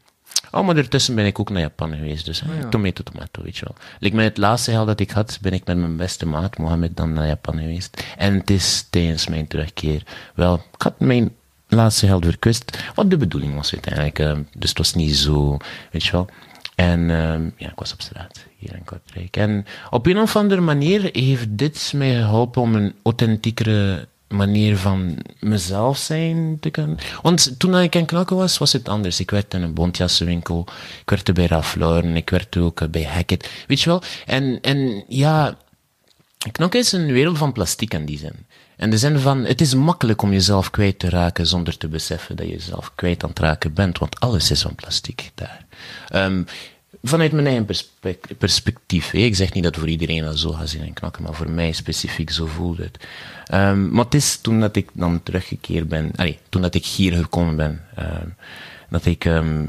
C: Oh, maar daartussen ben ik ook naar Japan geweest, dus hè,
D: ja.
C: tomato, tomato, weet je wel. Like, met het laatste geld dat ik had, ben ik met mijn beste maat, Mohammed, dan naar Japan geweest. En het is tijdens mijn terugkeer wel... Ik had mijn laatste geld verkwist, wat de bedoeling was uiteindelijk. eh, dus het was niet zo, weet je wel. En ehm, ja, ik was op straat hier in Kortrijk. En op een of andere manier heeft dit mij geholpen om een authentiekere manier van mezelf zijn te kunnen. Want toen ik in Knokke was, was het anders. Ik werkte in een bontjassenwinkel, ik werkte bij Ralph Lauren, ik werkte ook eh, bij Hackett, weet je wel. En, en ja, Knokken is een wereld van plastiek in die zin. In de zin van, het is makkelijk om jezelf kwijt te raken zonder te beseffen dat je jezelf kwijt aan het raken bent, want alles is van plastic daar. Ehm, vanuit mijn eigen perspec- perspectief, hè. ik zeg niet dat voor iedereen dat zo gaat zien en knakken, maar voor mij specifiek zo voelde het. Ehm, maar het is toen dat ik dan teruggekeerd ben, allee, toen dat ik hier gekomen ben, ehm, dat ik ehm,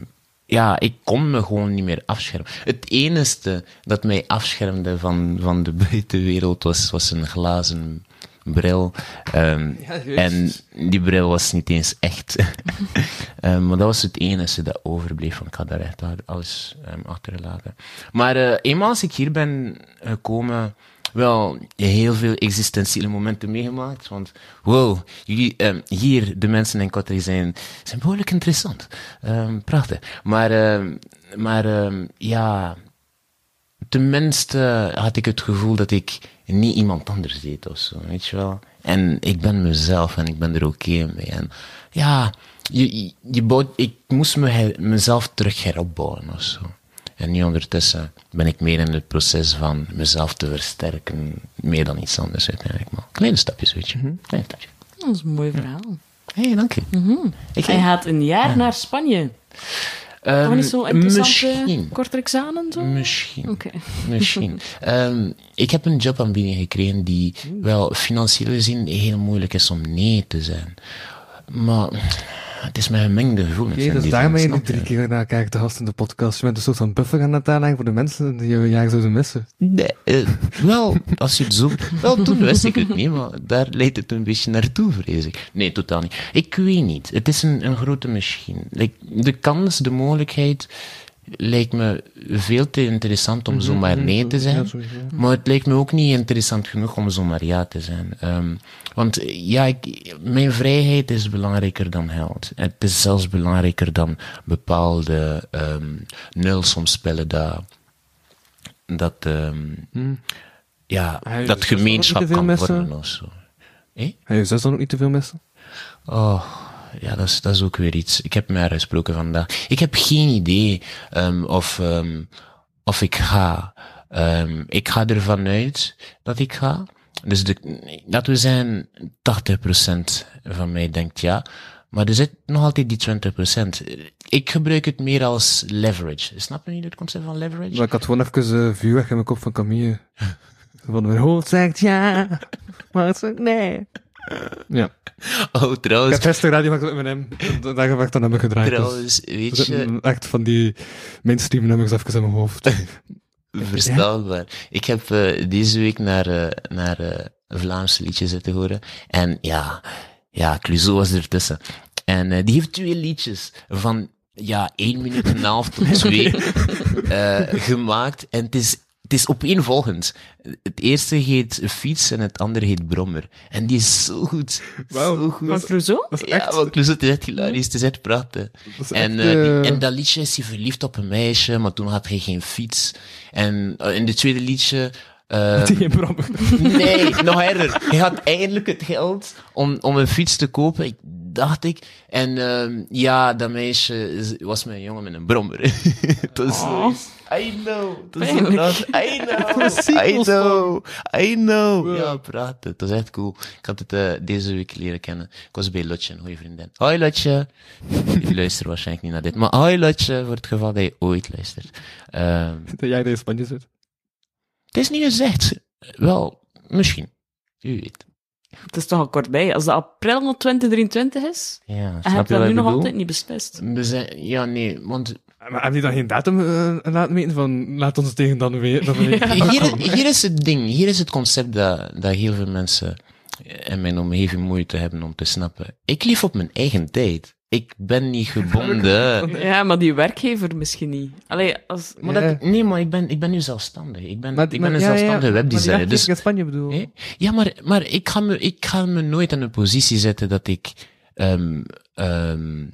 C: ja, ik kon me gewoon niet meer afschermen. Het enige dat mij afschermde van, van de buitenwereld was, was een glazen bril. Ehm,
D: Ja,
C: en
D: juist.
C: die bril was niet eens echt. Ehm, maar dat was het enige dat overbleef, want ik had daar echt al- alles ehm, achtergelaten. Maar eh, eenmaal als ik hier ben gekomen, wel heel veel existentiële momenten meegemaakt. Want wow, jullie, ehm, hier, de mensen in Kotter zijn, zijn behoorlijk interessant. Ehm, prachtig. Maar, ehm, maar ehm, ja, tenminste had ik het gevoel dat ik niet iemand anders deed of zo, weet je wel. En ik ben mezelf en ik ben er oké mee. En ja, je, je- je bouwt, ik moest me her- mezelf terug heropbouwen of zo. En nu ondertussen ben ik meer in het proces van mezelf te versterken, meer dan iets anders uiteindelijk. Maar kleine stapjes, weet je.
E: Mhm.
C: Kleine stapjes.
E: Dat is een mooi verhaal.
C: Hé, hey, dank je. Ik,
E: Mhm. Hij gaat een jaar naar Spanje.
C: ehm,
E: Toch niet zo interessant, eh,
C: Misschien.
E: korte examen zo?
C: Misschien.
E: Oké.
C: Misschien. Ehm, ik heb een jobaanbieding gekregen die wel financieel gezien heel moeilijk is om nee te zijn. Maar het is mijn gemengde gevoelens.
D: Oké,
C: in
D: dus
C: die
D: daarom ben
C: zin,
D: je nu
C: snap
D: drie keer naar kijkt de gast in de podcast. Je bent een soort van buffer aan het aanleggen voor de mensen die je jaar zouden missen.
C: Nee, eh, wel, als je het zo... Wel, toen wist ik het niet, maar daar leidt het een beetje naartoe, vrees ik. Nee, totaal niet. Ik weet niet. Het is een, een grote misschien. Like, de kans, de mogelijkheid lijkt me veel te interessant om zomaar nee te
D: Mhm, Ja,
C: zijn.
D: sowieso.
C: Maar het lijkt me ook niet interessant genoeg om zomaar ja te zijn. Ehm, want eh, ja, ik, mijn vrijheid is belangrijker dan geld. Het is zelfs belangrijker dan bepaalde ehm nulsomspellen dat, dat, ehm, ja,
D: Ah, dus dat
C: dat
D: Hmm. is
C: gemeenschap
D: ook niet te
C: kan
D: veel mensen.
C: worden of zo.
D: Heb je zus dan ook niet te veel missen?
C: Oh, ja, dat is, dat is ook weer iets. Ik heb me uitgesproken vandaag. Ik heb geen idee ehm, of, ehm, of ik ga. Ehm, ik ga ervan uit dat ik ga. Dus de, dat we zijn 80% van mij denkt ja. Maar er zit nog altijd die 20%. Ik gebruik het meer als leverage. Snap je niet het concept van leverage?
D: Maar ik had gewoon even eh, vuur weg in mijn kop van Camille. Van mijn hoofd "Oh, zegt ja, maar het zegt nee. Ja.
C: Oh,
D: Ik
C: trouwens.
D: heb gisteren radio gemaakt met mijn hem. Daar heb ik dan hebben gedraaid. Dus.
C: Trouwens, weet
D: Er
C: je,
D: zitten echt van die mainstream nummers even in mijn hoofd.
C: Verstaanbaar. Ik heb eh, deze week naar, eh, naar eh, Vlaamse liedjes zitten horen. En ja, ja, Cluzo was ertussen. En eh, die heeft twee liedjes van ja, één minuut en een half tot twee eh, gemaakt. En het is, het is opeenvolgend. Het eerste heet Fiets en het andere heet Brommer. En die is zo goed.
D: Wauw.
C: Zo goed.
E: Maar Clouseau?
D: Dat is
C: Ja,
D: echt...
C: want Clouseau, het is echt hilarisch, het is echt prachtig.
D: is
C: En,
D: echt,
C: eh, die-
D: eh,
C: en dat liedje is hij verliefd op een meisje, maar toen had hij geen fiets. En eh, in het tweede liedje... eh,
D: Die in Brabant.
C: nee, nog erger. Hij had eindelijk het geld om, om een fiets te kopen, ik, dacht ik. En ehm, ja, dat meisje is- was mijn jongen met een brommer. dat is zoiets. I know. Dat is
E: Pijnlijk.
C: Oh. dat. I know. I
D: sequel
C: know. I know. Ja, praten. Dat is echt cool. Ik had het eh, deze week leren kennen. Ik was bij Lotje, een goede vriendin. Hoi Lotje. Je luistert waarschijnlijk niet naar dit. Maar hoi Lotje, voor het geval dat je ooit luistert. Ehm,
D: Dat jij daar in Spanje zit.
C: het is niet gezegd. Wel, misschien. U weet.
E: Het is toch al kort bij. Als dat april nog 2023 is,
C: Ja,
E: en je
C: snap
E: hebt
C: je
E: dat
C: wat
E: nu
C: ik
E: nog
C: bedoel?
E: altijd niet beslist.
C: We zijn, ja, nee, want
D: Maar heb je dan geen datum eh, laten meten van laat ons tegen dan weer? Dan weer.
C: hier, hier is het ding, hier is het concept dat, dat heel veel mensen in mijn omgeving moeite hebben om te snappen. Ik lief op mijn eigen tijd. Ik ben niet gebonden.
E: Ja, maar die werkgever misschien niet. Allee, als...
C: Maar
D: Ja.
C: dat, nee, maar ik ben, ik ben nu zelfstandig. Ik ben,
D: Maar-
C: ik
D: maar-
C: ben een
D: ja, ja,
C: zelfstandige
D: maar die
C: webdesigner.
D: dacht
C: Dus
D: ik in Spanje bedoel.
C: Nee? Ja, maar, maar ik, ga me, ik ga me nooit in een positie zetten dat ik ehm, ehm,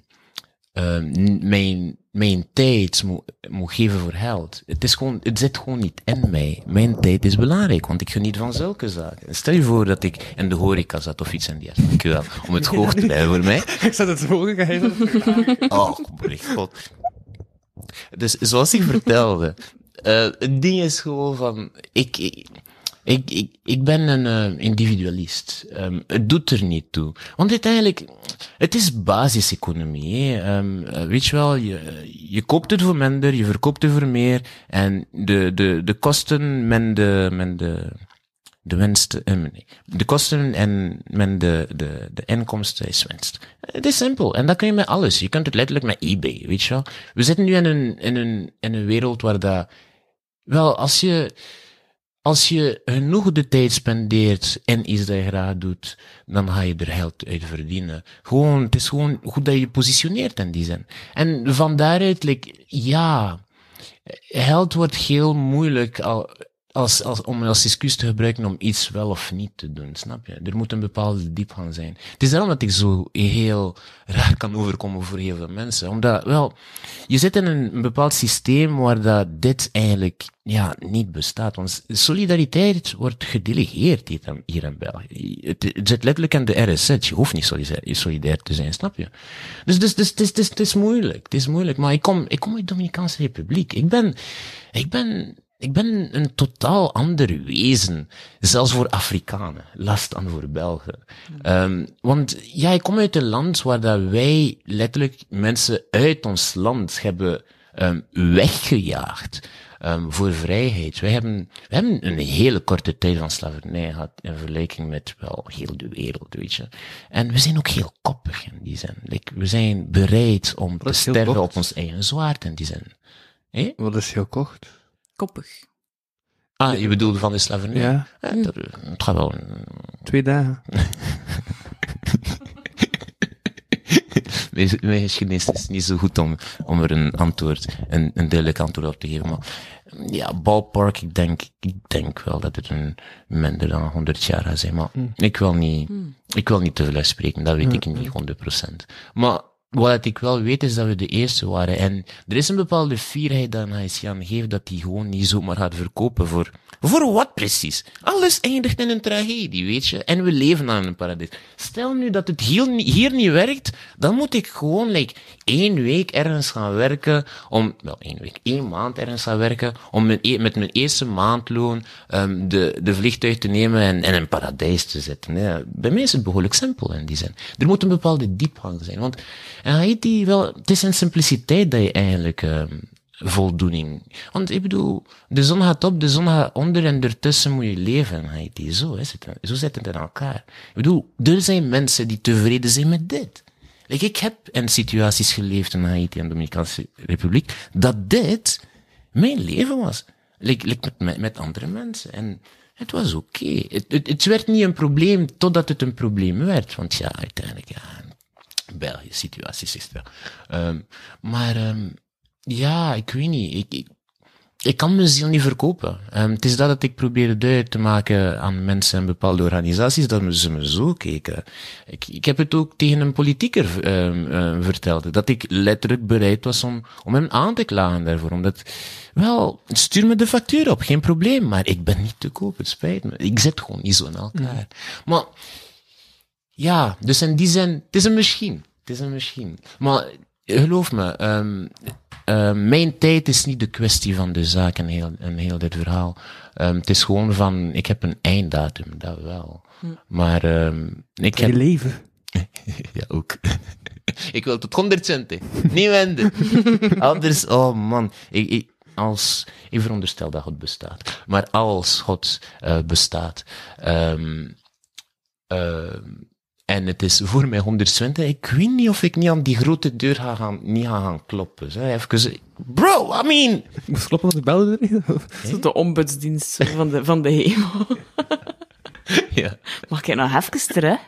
C: ehm, n- mijn, mijn tijd moet, moet geven voor geld. Het, is gewoon, het zit gewoon niet in mij. Mijn tijd is belangrijk, want ik geniet van zulke zaken. Stel je voor dat ik in de horeca zat of iets in die aard. Dankjewel, om het hoog te blijven voor mij.
D: Ik zat het vorige geheim.
C: Oh, mijn god. Dus zoals ik vertelde, eh, het ding is gewoon van, ik, ik, ik, ik, ik ben een eh, individualist. Ehm, het doet er niet toe. Want uiteindelijk, het is basiseconomie. hè. Ehm, eh, weet je wel, je, je koopt het voor minder, je verkoopt het voor meer. En de, de, de kosten men de, men de, de winst, eh, nee, de kosten en men de, de, de inkomsten is winst. Het is simpel. En dat kun je met alles. Je kunt het letterlijk met eBay, weet je wel. We zitten nu in een, in een, in een wereld waar dat, wel, als je, als je genoeg de tijd spendeert en iets dat je graag doet, dan ga je er geld uit verdienen. Gewoon, het is gewoon goed dat je je positioneert in die zin. En van daaruit, like, ja, geld wordt heel moeilijk al als, als, om als excuus te gebruiken om iets wel of niet te doen, snap je? Er moet een bepaalde diepgang zijn. Het is daarom dat ik zo heel raar kan overkomen voor heel veel mensen. Omdat, wel, je zit in een, een bepaald systeem waar dat dit eigenlijk ja, niet bestaat. Want solidariteit wordt gedelegeerd hier in- hier in België. Het, het zit letterlijk in de RSZ. Je hoeft niet solidair, solidair te zijn, snap je? Dus, dus, dus het, is, het, is, het is moeilijk. Het is moeilijk. Maar ik kom, ik kom uit de Dominicaanse Republiek. Ik ben, ik ben ik ben een totaal ander wezen. Zelfs voor Afrikanen. Last dan voor Belgen.
D: Hmm.
C: Ehm, want ja, ik kom uit een land waar dat wij letterlijk mensen uit ons land hebben ehm, weggejaagd. ehm, voor vrijheid. Wij hebben, wij hebben een hele korte tijd van slavernij gehad in vergelijking met wel heel de wereld, weet je. En we zijn ook heel koppig in die zin. Like, we zijn bereid om te
D: is heel
C: sterven
D: kort.
C: op ons eigen zwaard in die zin. Hé?
D: Wat is heel kort?
E: Koppig.
C: Ah, je bedoelde van de slavernij?
D: Ja,
C: Ja, dat, eh, het gaat wel. eh,
D: twee dagen.
C: Mijn mijn geschiedenis is niet zo goed om, om er een antwoord, een, een duidelijk antwoord op te geven. Maar mm, ja, ballpark, ik denk, ik denk wel dat het een minder dan 100 jaar gaat zijn. Maar ik wil niet, ik wil niet te veel spreken, dat weet ik niet 100%. Maar wat ik wel weet is dat we de eerste waren. En er is een bepaalde fierheid dat een Haitian geeft dat die gewoon niet zomaar gaat verkopen voor, voor wat precies? Alles eindigt in een tragedie, weet je? En we leven aan een paradijs. Stel nu dat het hier, niet- hier niet werkt, dan moet ik gewoon like, één week ergens gaan werken om, wel één week, één maand ergens gaan werken om mijn, e- met mijn eerste maandloon ehm de, de vliegtuig te nemen en, en een paradijs te zetten. Ja, bij mij is het behoorlijk simpel in die zin. Er moet een bepaalde diepgang zijn. Want in Haiti, wel, het is in simpliciteit dat je eigenlijk ehm voldoening. Want ik bedoel, de zon gaat op, de zon gaat onder en ertussen moet je leven in Haiti. Zo, is het, zo zit het in elkaar. Ik bedoel, er zijn mensen die tevreden zijn met dit. Like, ik heb in situaties geleefd in Haiti en de Dominicaanse Republiek, dat dit mijn leven was. Like, like met- met, met andere mensen. En het was oké. Het, het, het werd niet een probleem totdat het een probleem werd. Want ja, uiteindelijk, ja, België situaties is wel. Ehm, maar ehm, ja, ik weet niet. Ik, ik, ik kan mijn ziel niet verkopen. Ehm, het is dat dat ik probeerde duidelijk te maken aan mensen en bepaalde organisaties, dat ze me zo keken. Ik, ik heb het ook tegen een politieker ehm, ehm, verteld, dat ik letterlijk bereid was om, om hem aan te klagen daarvoor. Omdat, wel, stuur me de factuur op, geen probleem, maar ik ben niet te koop, het spijt me. Ik zit gewoon niet zo in elkaar. Maar ja, dus in die zin, het is een misschien. Het is een misschien. Maar eh, geloof me, ehm, ehm, mijn tijd is niet de kwestie van de zaak en heel, en heel dit verhaal. Ehm, het is gewoon van, ik heb een einddatum, dat wel. Maar ehm, ik heb...
D: Je leven.
C: Ja, ook. ik wil tot 120. Niet wenden. Anders, oh man. Ik, ik, als, ik veronderstel dat God bestaat. Maar als God eh, bestaat. ehm, ehm, en het is voor mij 120. Ik weet niet of ik niet aan die grote deur ga gaan, niet ga gaan kloppen. Zo, Even, bro, I mean.
D: Ik moest kloppen dat de belde erin.
E: Zo de ombudsdienst van de, van de hemel.
C: Ja,
E: Mag ik nog even terug?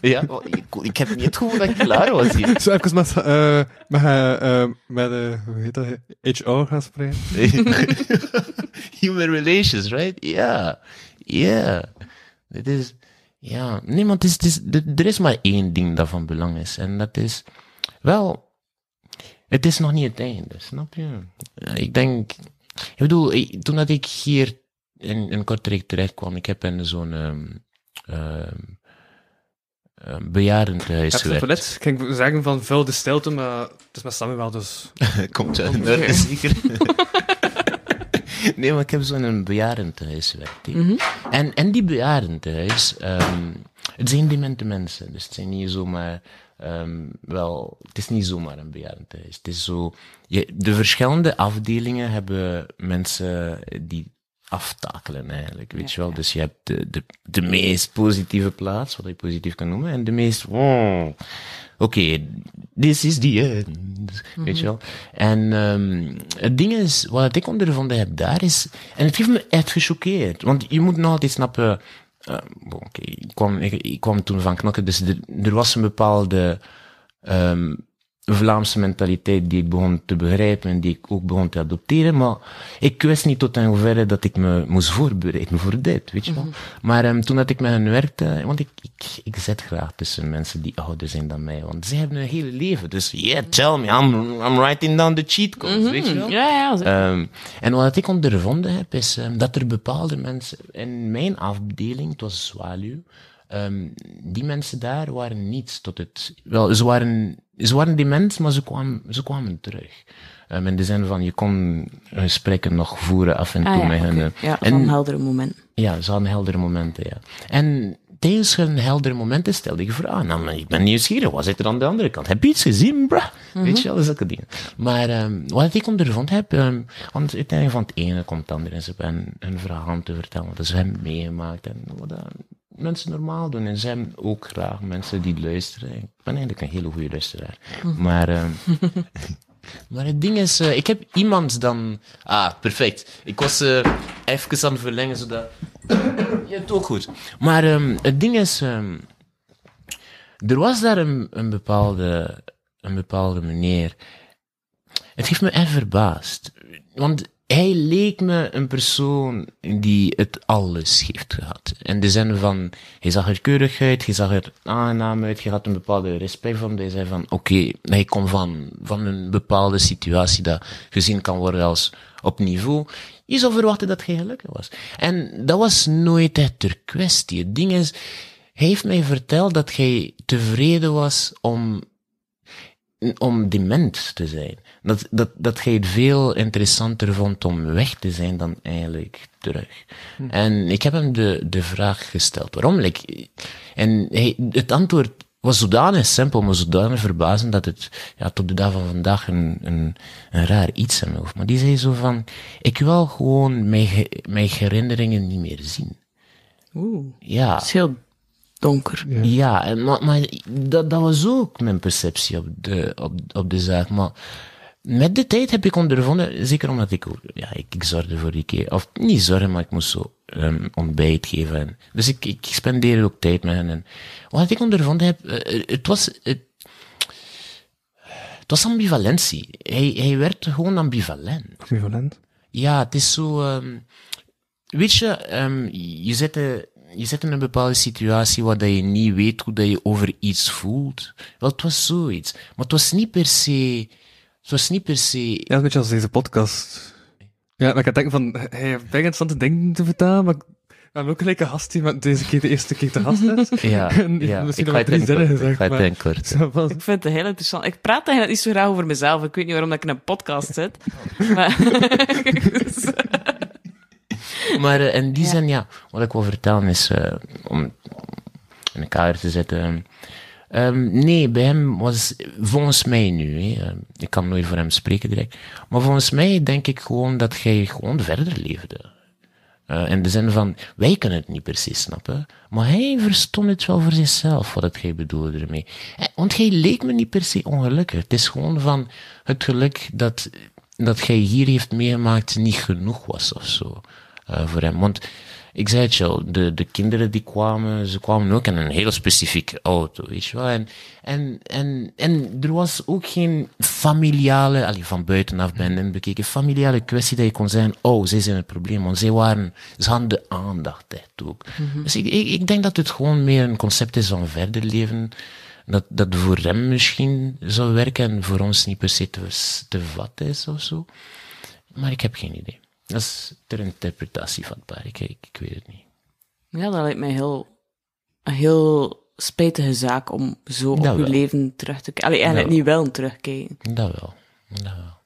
C: ja wel, ik, ik heb niet het gevoel dat ik klaar was hier.
D: Zo even met, eh met, eh, eh, met eh, hoe heet dat, HR gaan spreken.
C: Human relations, right? Ja. Ja. Dit is, ja. Nee, maar het is, het is, d- er is maar één ding dat van belang is. En dat is, wel, het is nog niet het einde, snap je? Ja, Ik denk, ik bedoel, ik- toen dat ik hier in, in Kortrijk terecht kwam, ik heb in zo'n, ehm ehm ehm, bejaardentehuis
D: Heb je het
C: gewerkt.
D: toilet? Ik ging zeggen van vuil de stilte, maar het is met Samuel dus.
C: Komt uit een orde, zeker. nee, maar ik heb zo'n bejaardentehuis gewerkt. hè. en, en die bejaardentehuis, ehm het zijn demente mensen. Dus het zijn niet zomaar, ehm, wel, het is niet zomaar een bejaardentehuis. Het is zo, je, de verschillende afdelingen hebben mensen die aftakelen eigenlijk, weet je wel. Dus je hebt de, de, de meest positieve plaats, wat je positief kan noemen, en de meest, wow, oké, this is the end, dus, weet je wel. En ehm het ding is, wat ik ondervonden heb daar is, en het heeft me echt gechoqueerd, want je moet nog altijd snappen, eh, bon, oké, ik, kwam, ik, ik kwam toen van knokken, dus er, er was een bepaalde ehm Vlaamse mentaliteit die ik begon te begrijpen en die ik ook begon te adopteren. Maar ik wist niet tot in hoeverre dat ik me moest voorbereiden voor dit, weet je wel. Maar ehm, toen dat ik met hen werkte, want ik, ik, ik zit graag tussen mensen die ouder zijn dan mij, want zij hebben hun hele leven. Dus yeah, tell me, I'm, I'm writing down the cheat codes, weet je wel.
E: Ja, ja, zeker.
C: Ehm, en wat ik ondervonden heb, is ehm, dat er bepaalde mensen in mijn afdeling, het was Zwaluw, ehm, die mensen daar waren niets tot het. Wel, ze waren, ze waren dement, maar ze kwamen, ze kwamen terug. Ehm, in de zin van, je kon gesprekken nog voeren af en toe
E: Ah, ja,
C: met hen.
E: oké.
C: eh.
E: ja,
C: En-
E: van heldere moment.
C: ja, ze hadden heldere momenten, ja. En tijdens hun heldere momenten stelde ik voor aan. Nou, maar ik ben nieuwsgierig, wat zit er aan de andere kant? Heb je iets gezien, bruh? Weet je wel, zulke dingen. Maar ehm, wat ik ondervond heb, ehm, want uiteindelijk van het ene komt het andere. En ze hebben hun verhaal te vertellen, wat ze hebben meegemaakt en wat dat mensen normaal doen. En ze hebben ook graag mensen die luisteren. Ik ben eigenlijk een hele goede luisteraar. Maar... ehm, maar het ding is, eh, ik heb iemand dan... Ah, perfect. Ik was eh, even aan het verlengen, zodat... Je hebt het ook goed. Maar ehm, het ding is... ehm, er was daar een, een, bepaalde, een bepaalde meneer. Het heeft me echt verbaasd. Want hij leek me een persoon die het alles heeft gehad. In de zin van, hij zag er keurig uit, hij zag er aangenaam uit, hij had een bepaalde respect voor hem. Hij zei van, oké, hij komt van, van een bepaalde situatie dat gezien kan worden als op niveau. Je zou verwachten dat hij gelukkig was. En dat was nooit echt ter kwestie. Het ding is, hij heeft mij verteld dat hij tevreden was om om dement te zijn. Dat, dat, dat hij het veel interessanter vond om weg te zijn dan eigenlijk terug. En ik heb hem de, de vraag gesteld, waarom? Like, en hij, het antwoord was zodanig simpel, maar zodanig verbazend dat het ja, tot de dag van vandaag een, een, een raar iets in mijn hoofd. Maar die zei zo van, ik wil gewoon mijn, ge- mijn herinneringen niet meer zien.
E: Oeh.
C: Ja.
E: Het is heel donker.
C: Ja, en maar, maar dat, dat was ook mijn perceptie op de, op, op de zaak. Maar met de tijd heb ik ondervonden, zeker omdat ik, ook- ja, ik, ik zorgde voor die keer, of niet zorgen, maar ik moest zo ehm ontbijt geven. En, dus ik, ik spendeerde ook tijd met hen. En, wat ik ondervonden heb, eh, het was, het, het was ambivalentie. Hij, hij werd gewoon ambivalent.
D: Equivalent.
C: Ja, het is zo. ehm, weet je, ehm, je, zit, eh, je zit in een bepaalde situatie waar dat je niet weet hoe dat je over iets voelt. Wel, het was zoiets. Maar het was niet per se. Het was niet per se.
D: Ja, een beetje als deze podcast. Ja, maar ik had denken van, hij heeft bijna interessante dingen te vertalen, maar ik ben ook gelijk een gast die met deze keer de eerste keer te gast is.
C: Ja,
D: En ik-
C: ja.
D: misschien
C: ik
D: nog
C: ga
D: maar drie
C: het
D: zinnen
C: kort. Ik
D: gezegd,
C: ga het
D: maar-
C: in kort.
D: Zo van-
E: Ik vind het heel interessant. Ik praat eigenlijk niet zo graag over mezelf. Ik weet niet waarom dat ik in een podcast zit. Maar...
C: Maar eh, in die zin, ja, wat ik wil vertellen is, eh, om in een kader te zetten. ehm, nee, bij hem was, volgens mij nu, hè, eh, ik kan nooit voor hem spreken direct, maar volgens mij denk ik gewoon dat hij gewoon verder leefde. Eh, in de zin van, wij kunnen het niet precies snappen, maar hij verstond het wel voor zichzelf, wat het hij bedoelde ermee. Eh, Want hij leek me niet per se ongelukkig. Het is gewoon van het geluk dat, dat hij hier heeft meegemaakt niet genoeg was of zo eh, voor hem. Want ik zei het je al, de, de kinderen die kwamen, ze kwamen ook in een heel specifieke auto, weet je wel. En, en, en, en er was ook geen familiale, allee, van buitenaf ben en bekeken, familiale kwestie dat je kon zeggen, oh, zij zijn het probleem, want zij waren, ze hadden de aandacht echt ook. Dus ik, ik, ik denk dat het gewoon meer een concept is van verder leven, dat, dat voor hem misschien zou werken en voor ons niet per se te, te vatten is of zo. Maar ik heb geen idee. Dat is ter interpretatie vatbaar. Ik, ik, ik weet het niet.
E: Ja, dat lijkt mij heel, een heel spijtige zaak om zo op
C: Nou, Dat
E: je
C: wel.
E: leven terug te kijken. Allee, eigenlijk
C: Dat
E: niet wel terugkijken.
C: Dat wel. Dat wel.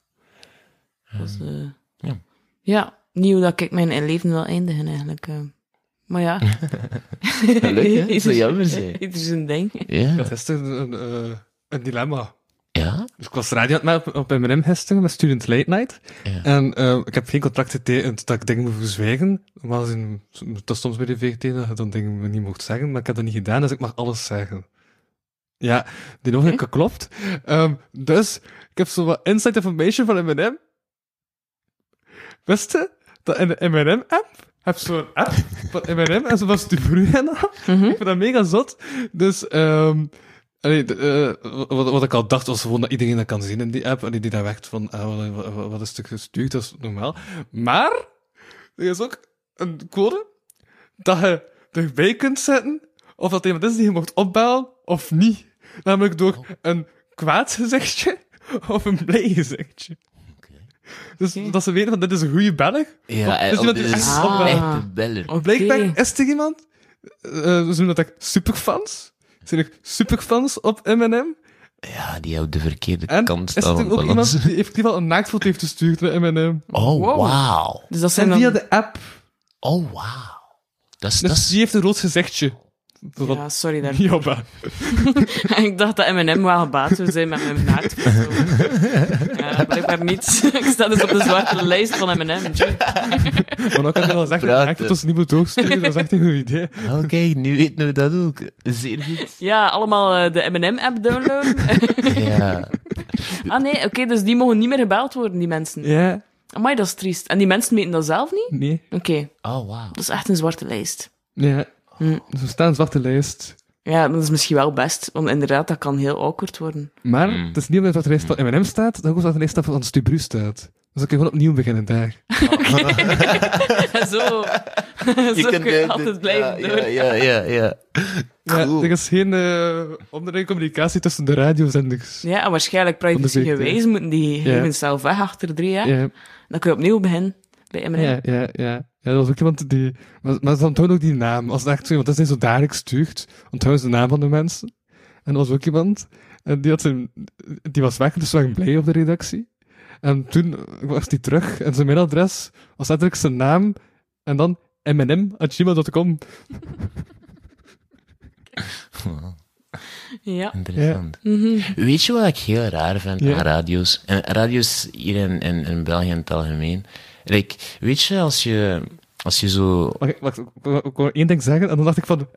E: Dat is, eh,
C: ja.
E: ja, niet hoe dat ik mijn leven wil eindigen eigenlijk. eh. Maar ja. Gelukkig,
C: Het zou jammer zijn.
E: Ieder zijn ding.
D: Ik
C: Ja.
D: had gisteren een, eh, een dilemma.
C: Ja?
D: Dus ik was radio aan het maken op, op MRM gisteren met Student Late Night.
C: Ja.
D: En eh, ik heb geen contract getekend dus dat ik dingen moet verzwijgen. Maar als in, dat is soms bij de VGT dat je dan dingen niet mocht zeggen. Maar ik heb dat niet gedaan, dus ik mag alles zeggen. Ja, die nog niet geklopt. Ehm, dus, ik heb zo wat inside information van M&M. Wist je dat in de M&M-app, heb je zo'n app
C: Mhm.
D: van M&M en zo was de broer en al. Ik vind dat mega zot. Dus, ehm Allee, de, eh, wat, wat ik al dacht was gewoon dat iedereen dat kan zien in die app. En die daar werkt van, ah, wat, wat, wat- wat is er gestuurd, dat is normaal. Maar, er is ook een code dat je erbij kunt zetten of dat iemand is die je mocht opbellen of niet. Namelijk door
C: Oh.
D: een kwaad gezichtje of een blij gezichtje. Dus
E: Oké.
D: dat ze weten van dit is een goede beller.
C: Ja,
D: Dus iemand
C: eh,
D: die
C: dit
D: echt
C: is
E: opbelt.
C: echt een beller.
E: Oké.
D: Blijkbaar is er iemand, eh, ze noemen dat ook superfans. Zijn er superfans op M&M?
C: Ja, die houdt de verkeerde
D: En
C: kant
D: is
C: staan
D: er
C: van
D: ook
C: balans.
D: iemand die effectief al een naaktfoto heeft gestuurd naar M&M.
C: Oh,
E: Wow.
C: wauw.
E: Dus dat zijn
D: En
E: dan...
D: via de app.
C: Oh, wauw. Dat is,
D: Dus
C: dat is-
D: die heeft een rood gezichtje. Dat
E: Ja, sorry daar.
D: Jobba.
E: ik dacht dat M&M wel gebaat zou zijn met mijn naaktfoto. ja, blijkbaar niet. ik sta dus op de zwarte lijst van M&M.
D: Maar dan kan je wel zeggen,
C: Praten.
D: naaktfoto's niet moet doorsturen. Dat is echt een goed idee.
C: Oké, nu weten we dat ook. Zeer goed.
E: Ja, allemaal eh, de M&M-app downloaden.
C: Ja.
E: ah nee, oké, dus die mogen niet meer gebeld worden, die mensen.
D: Ja,
E: Amai, dat is triest. En die mensen weten dat zelf niet?
D: nee.
E: Oké,
C: Oh, wauw.
E: dat is echt een zwarte lijst.
D: Ja.
E: Hm.
D: Dus we staan een zwarte lijst.
E: Ja, dat is misschien wel best, want inderdaad, dat kan heel awkword worden.
D: Maar
C: Hm.
D: het is niet omdat het lijst van M&M staat, dat ook omdat de lijst van Stubru staat. Dus dan kun je gewoon opnieuw beginnen daar.
E: zo zo kun je altijd blijven
C: ja,
E: door.
C: Ja, ja, ja. ja.
D: Ja,
C: Cool.
D: er is geen eh onderlinge communicatie tussen de radiozenders.
E: Ja, en waarschijnlijk
D: Van de
E: privacy-gewijs
D: VRT.
E: moeten die gegevens zelf weg achter drie jaar.
D: Ja.
E: Dan kun je opnieuw beginnen bij M&M.
D: Ja, ja, ja. Ja, dat was ook iemand die... Maar, maar ze onthouden ook die naam. Als het echt zo iemand is die zo dadelijk stuurt, onthouden ze de naam van de mensen. En er was ook iemand, en die, had zijn, die was weg, dus we waren blij op de redactie. En toen was hij terug, en zijn mailadres was letterlijk zijn naam, en dan mnm.gmail.com.
E: Ja.
C: Interessant.
E: Mhm.
C: Weet je wat ik heel raar vind
D: Ja.
C: aan radio's? En radio's hier in, in, in België in het algemeen. Like, weet je, als je, als je zo...
D: Wacht, wacht, ik wou- ik wou één ding zeggen, en dan dacht ik van...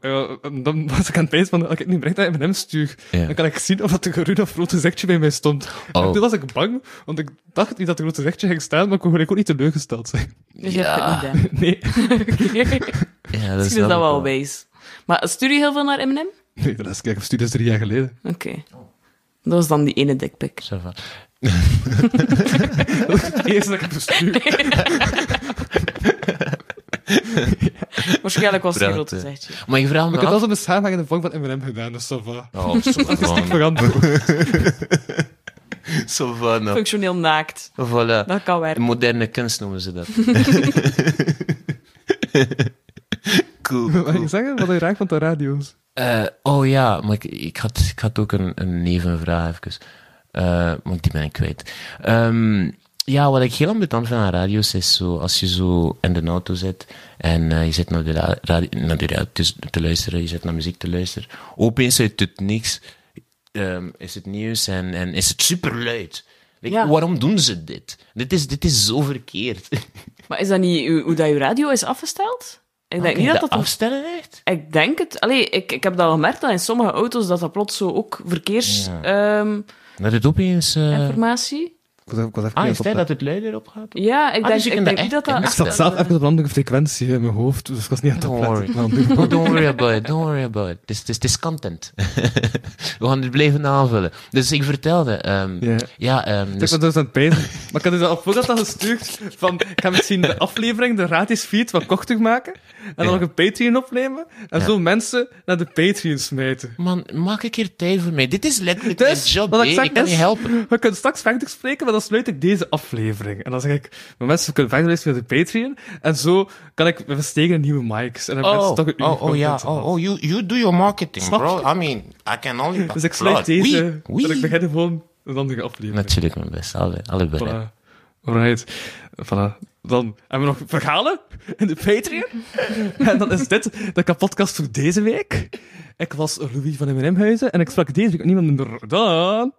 D: eh, eh, dan was ik aan het wijzen van, als ik nu bericht naar M&M stuur,
C: Ja.
D: dan kan ik zien of dat een groen of rood gezichtje bij mij stond. En
C: Oh.
D: toen was ik bang, want ik dacht niet dat er een rood gezichtje ging staan, maar ik kon gelijk ook niet teleurgesteld zijn.
E: Dus je
C: Ja.
E: hebt het niet
D: Nee,
E: gedaan. Oké.
C: Ja, dat
E: Misschien is
C: snap
E: dat
C: ik
E: wel wijs. Maar stuur je heel veel naar M&M?
D: nee de laatste keer dat ik stuurde is drie jaar geleden.
E: Oké. Dat was dan die ene dikpik.
C: Ça va.
D: De eerste dat ik heb gestuurd.
E: Waarschijnlijk was het een
C: Praat,
E: grote
C: eh.
E: zijtje.
C: Maar ik vraag me
D: Ik heb
C: af...
D: wel zo'n samenhang in de vorm van M&M gedaan, dus ça va.
C: Oh, ça va, man.
D: Veranderd.
C: Ça va, nou.
E: Functioneel naakt.
C: Voilà.
E: Dat kan werken.
C: eh, Moderne kunst noemen ze dat. cool.
D: Wat wil
C: cool.
D: je zeggen? Wat je raakt van de radio's.
C: Eh, oh ja, maar ik, ik, had, ik had ook een, een nevenvraag even. Eh, want die ben ik kwijt. Ehm, ja, wat ik heel ambetant vind aan radio's is zo, als je zo in de auto zit en eh, je zit naar de, ra- radio, naar de radio te, te luisteren, je zit naar muziek te luisteren, opeens uit het niks ehm, is het nieuws en, en is het super luid.
E: Ja.
C: Waarom doen ze dit? Dit is, dit is zo verkeerd.
E: Maar is dat niet hoe, hoe dat je radio is afgesteld? Ik denk
C: Kan je
E: niet dat dat...
C: afstellen echt?
E: Ik denk het. Allee, ik, ik heb dat al gemerkt dat in sommige auto's dat dat plots zo ook ehm,
C: Ja.
E: verkeersinformatie...
C: Dat het opeens... eh,
D: Ik was even, ik was even
C: ah,
D: aan
C: is
D: het
C: het tijd
D: opletten.
C: dat het luider opgaat?
E: ja, ik
C: Ah,
E: denk,
C: dus je
E: ik
C: kunt
E: denk
C: dat
E: niet dat
C: echt
E: dat... eh,
C: in-
D: Ik zat zelf even op een andere frequentie in mijn hoofd, dus ik was niet aan het
C: Don't
D: opletten.
C: worry. Oh, don't worry about it, don't worry about it. Het is- Het is- het is content. We gaan het blijven aanvullen. Dus ik vertelde... ehm,
D: Ja.
C: Ja, ehm,
D: Dus...
C: dus-
D: Ik was dus aan het pijzen. Maar ik had dus al voordat dat gestuurd van, ik ga misschien de aflevering, de gratis feed wat korter maken. En dan
C: Ja.
D: nog een Patreon opnemen. En
C: Ja.
D: zo mensen naar de Patreon smijten.
C: Man, maak een keer tijd voor mij. Dit is letterlijk
D: Dus,
C: mijn job,
D: wat ik
C: hè.
D: zeg
C: ik kan
D: is-
C: je helpen.
D: We kunnen straks verder spreken, maar dan sluit ik deze aflevering. En dan zeg ik, maar mensen kunnen verder luisteren via de Patreon. En zo kan ik we versteken in nieuwe mics. En dan hebben
C: Oh,
D: mensen toch een uur
C: oh, oh ja.
D: content.
C: Oh, oh you, you do your marketing,
D: Snap
C: bro. I mean, I can only...
D: Dus ik sluit
C: applaud.
D: deze.
C: Wee,
D: En ik
C: wee.
D: begin gewoon een andere aflevering.
C: Natuurlijk mijn best, alle, alle bereid.
D: Voilà. Alright. Voilà. Dan hebben we nog verhalen in de Patreon. en dan is dit de podcast voor deze week. Ik was Louis van M&Mhuizen en ik sprak deze week met niemand minder dan...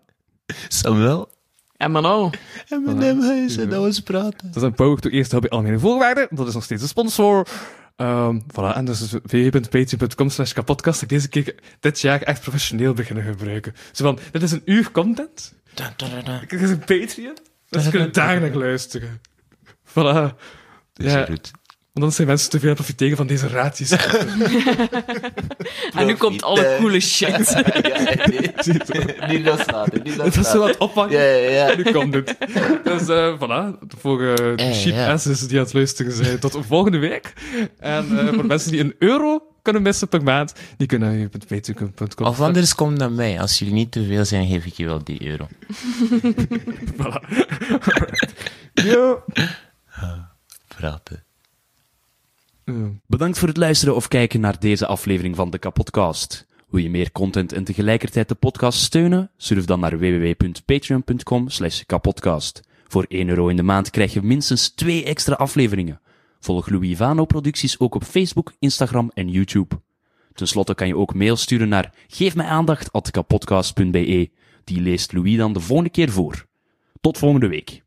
C: Samuel.
E: En maar nou...
C: En mijn huizen,
D: dat
C: dat was praten.
D: Dat is een power to eerst heb je algemene voorwaarden. Dat is nog steeds een sponsor. Ehm voilà. En dus www.patreon.com slash kapodcast. heb Ik deze keer dit jaar echt professioneel beginnen gebruiken. Zo van, dit is een uur content. Dit is een Patreon. Dus je kunt daar naar luisteren.
C: Dat
D: Voilà.
C: is
D: Ja.
C: goed.
D: Want anders zijn mensen te veel aan het profiteren van deze raadjes.
E: En nu komt alle coole shit.
B: Niet loslaten, niet
D: dat is zo
B: loslaten.
D: wat oppakken.
B: Ja, ja, ja.
D: Nu komt het. Dus eh voilà, voor eh de
C: Eh,
D: cheap
C: ja.
D: asses die aan het luisteren zijn. Tot volgende week. En eh, voor mensen die een euro kunnen missen per maand, die kunnen naar patreon.com.
C: Of anders kom naar mij. Als jullie niet te veel zijn, geef ik je wel die euro.
D: Voilà. Ja.
C: Praten.
D: Ja.
B: Bedankt voor het luisteren of kijken naar deze aflevering van de Kapodcast. Wil je meer content en tegelijkertijd de podcast steunen? Surf dan naar www.patreon.com slash kapodcast. Voor 1 euro in de maand krijg je minstens 2 extra afleveringen. Volg Louis Vano producties ook op Facebook, Instagram en YouTube. Ten slotte kan je ook mail sturen naar geefmijaandacht.kapodcast.be. Die leest Louis dan de volgende keer voor. Tot volgende week.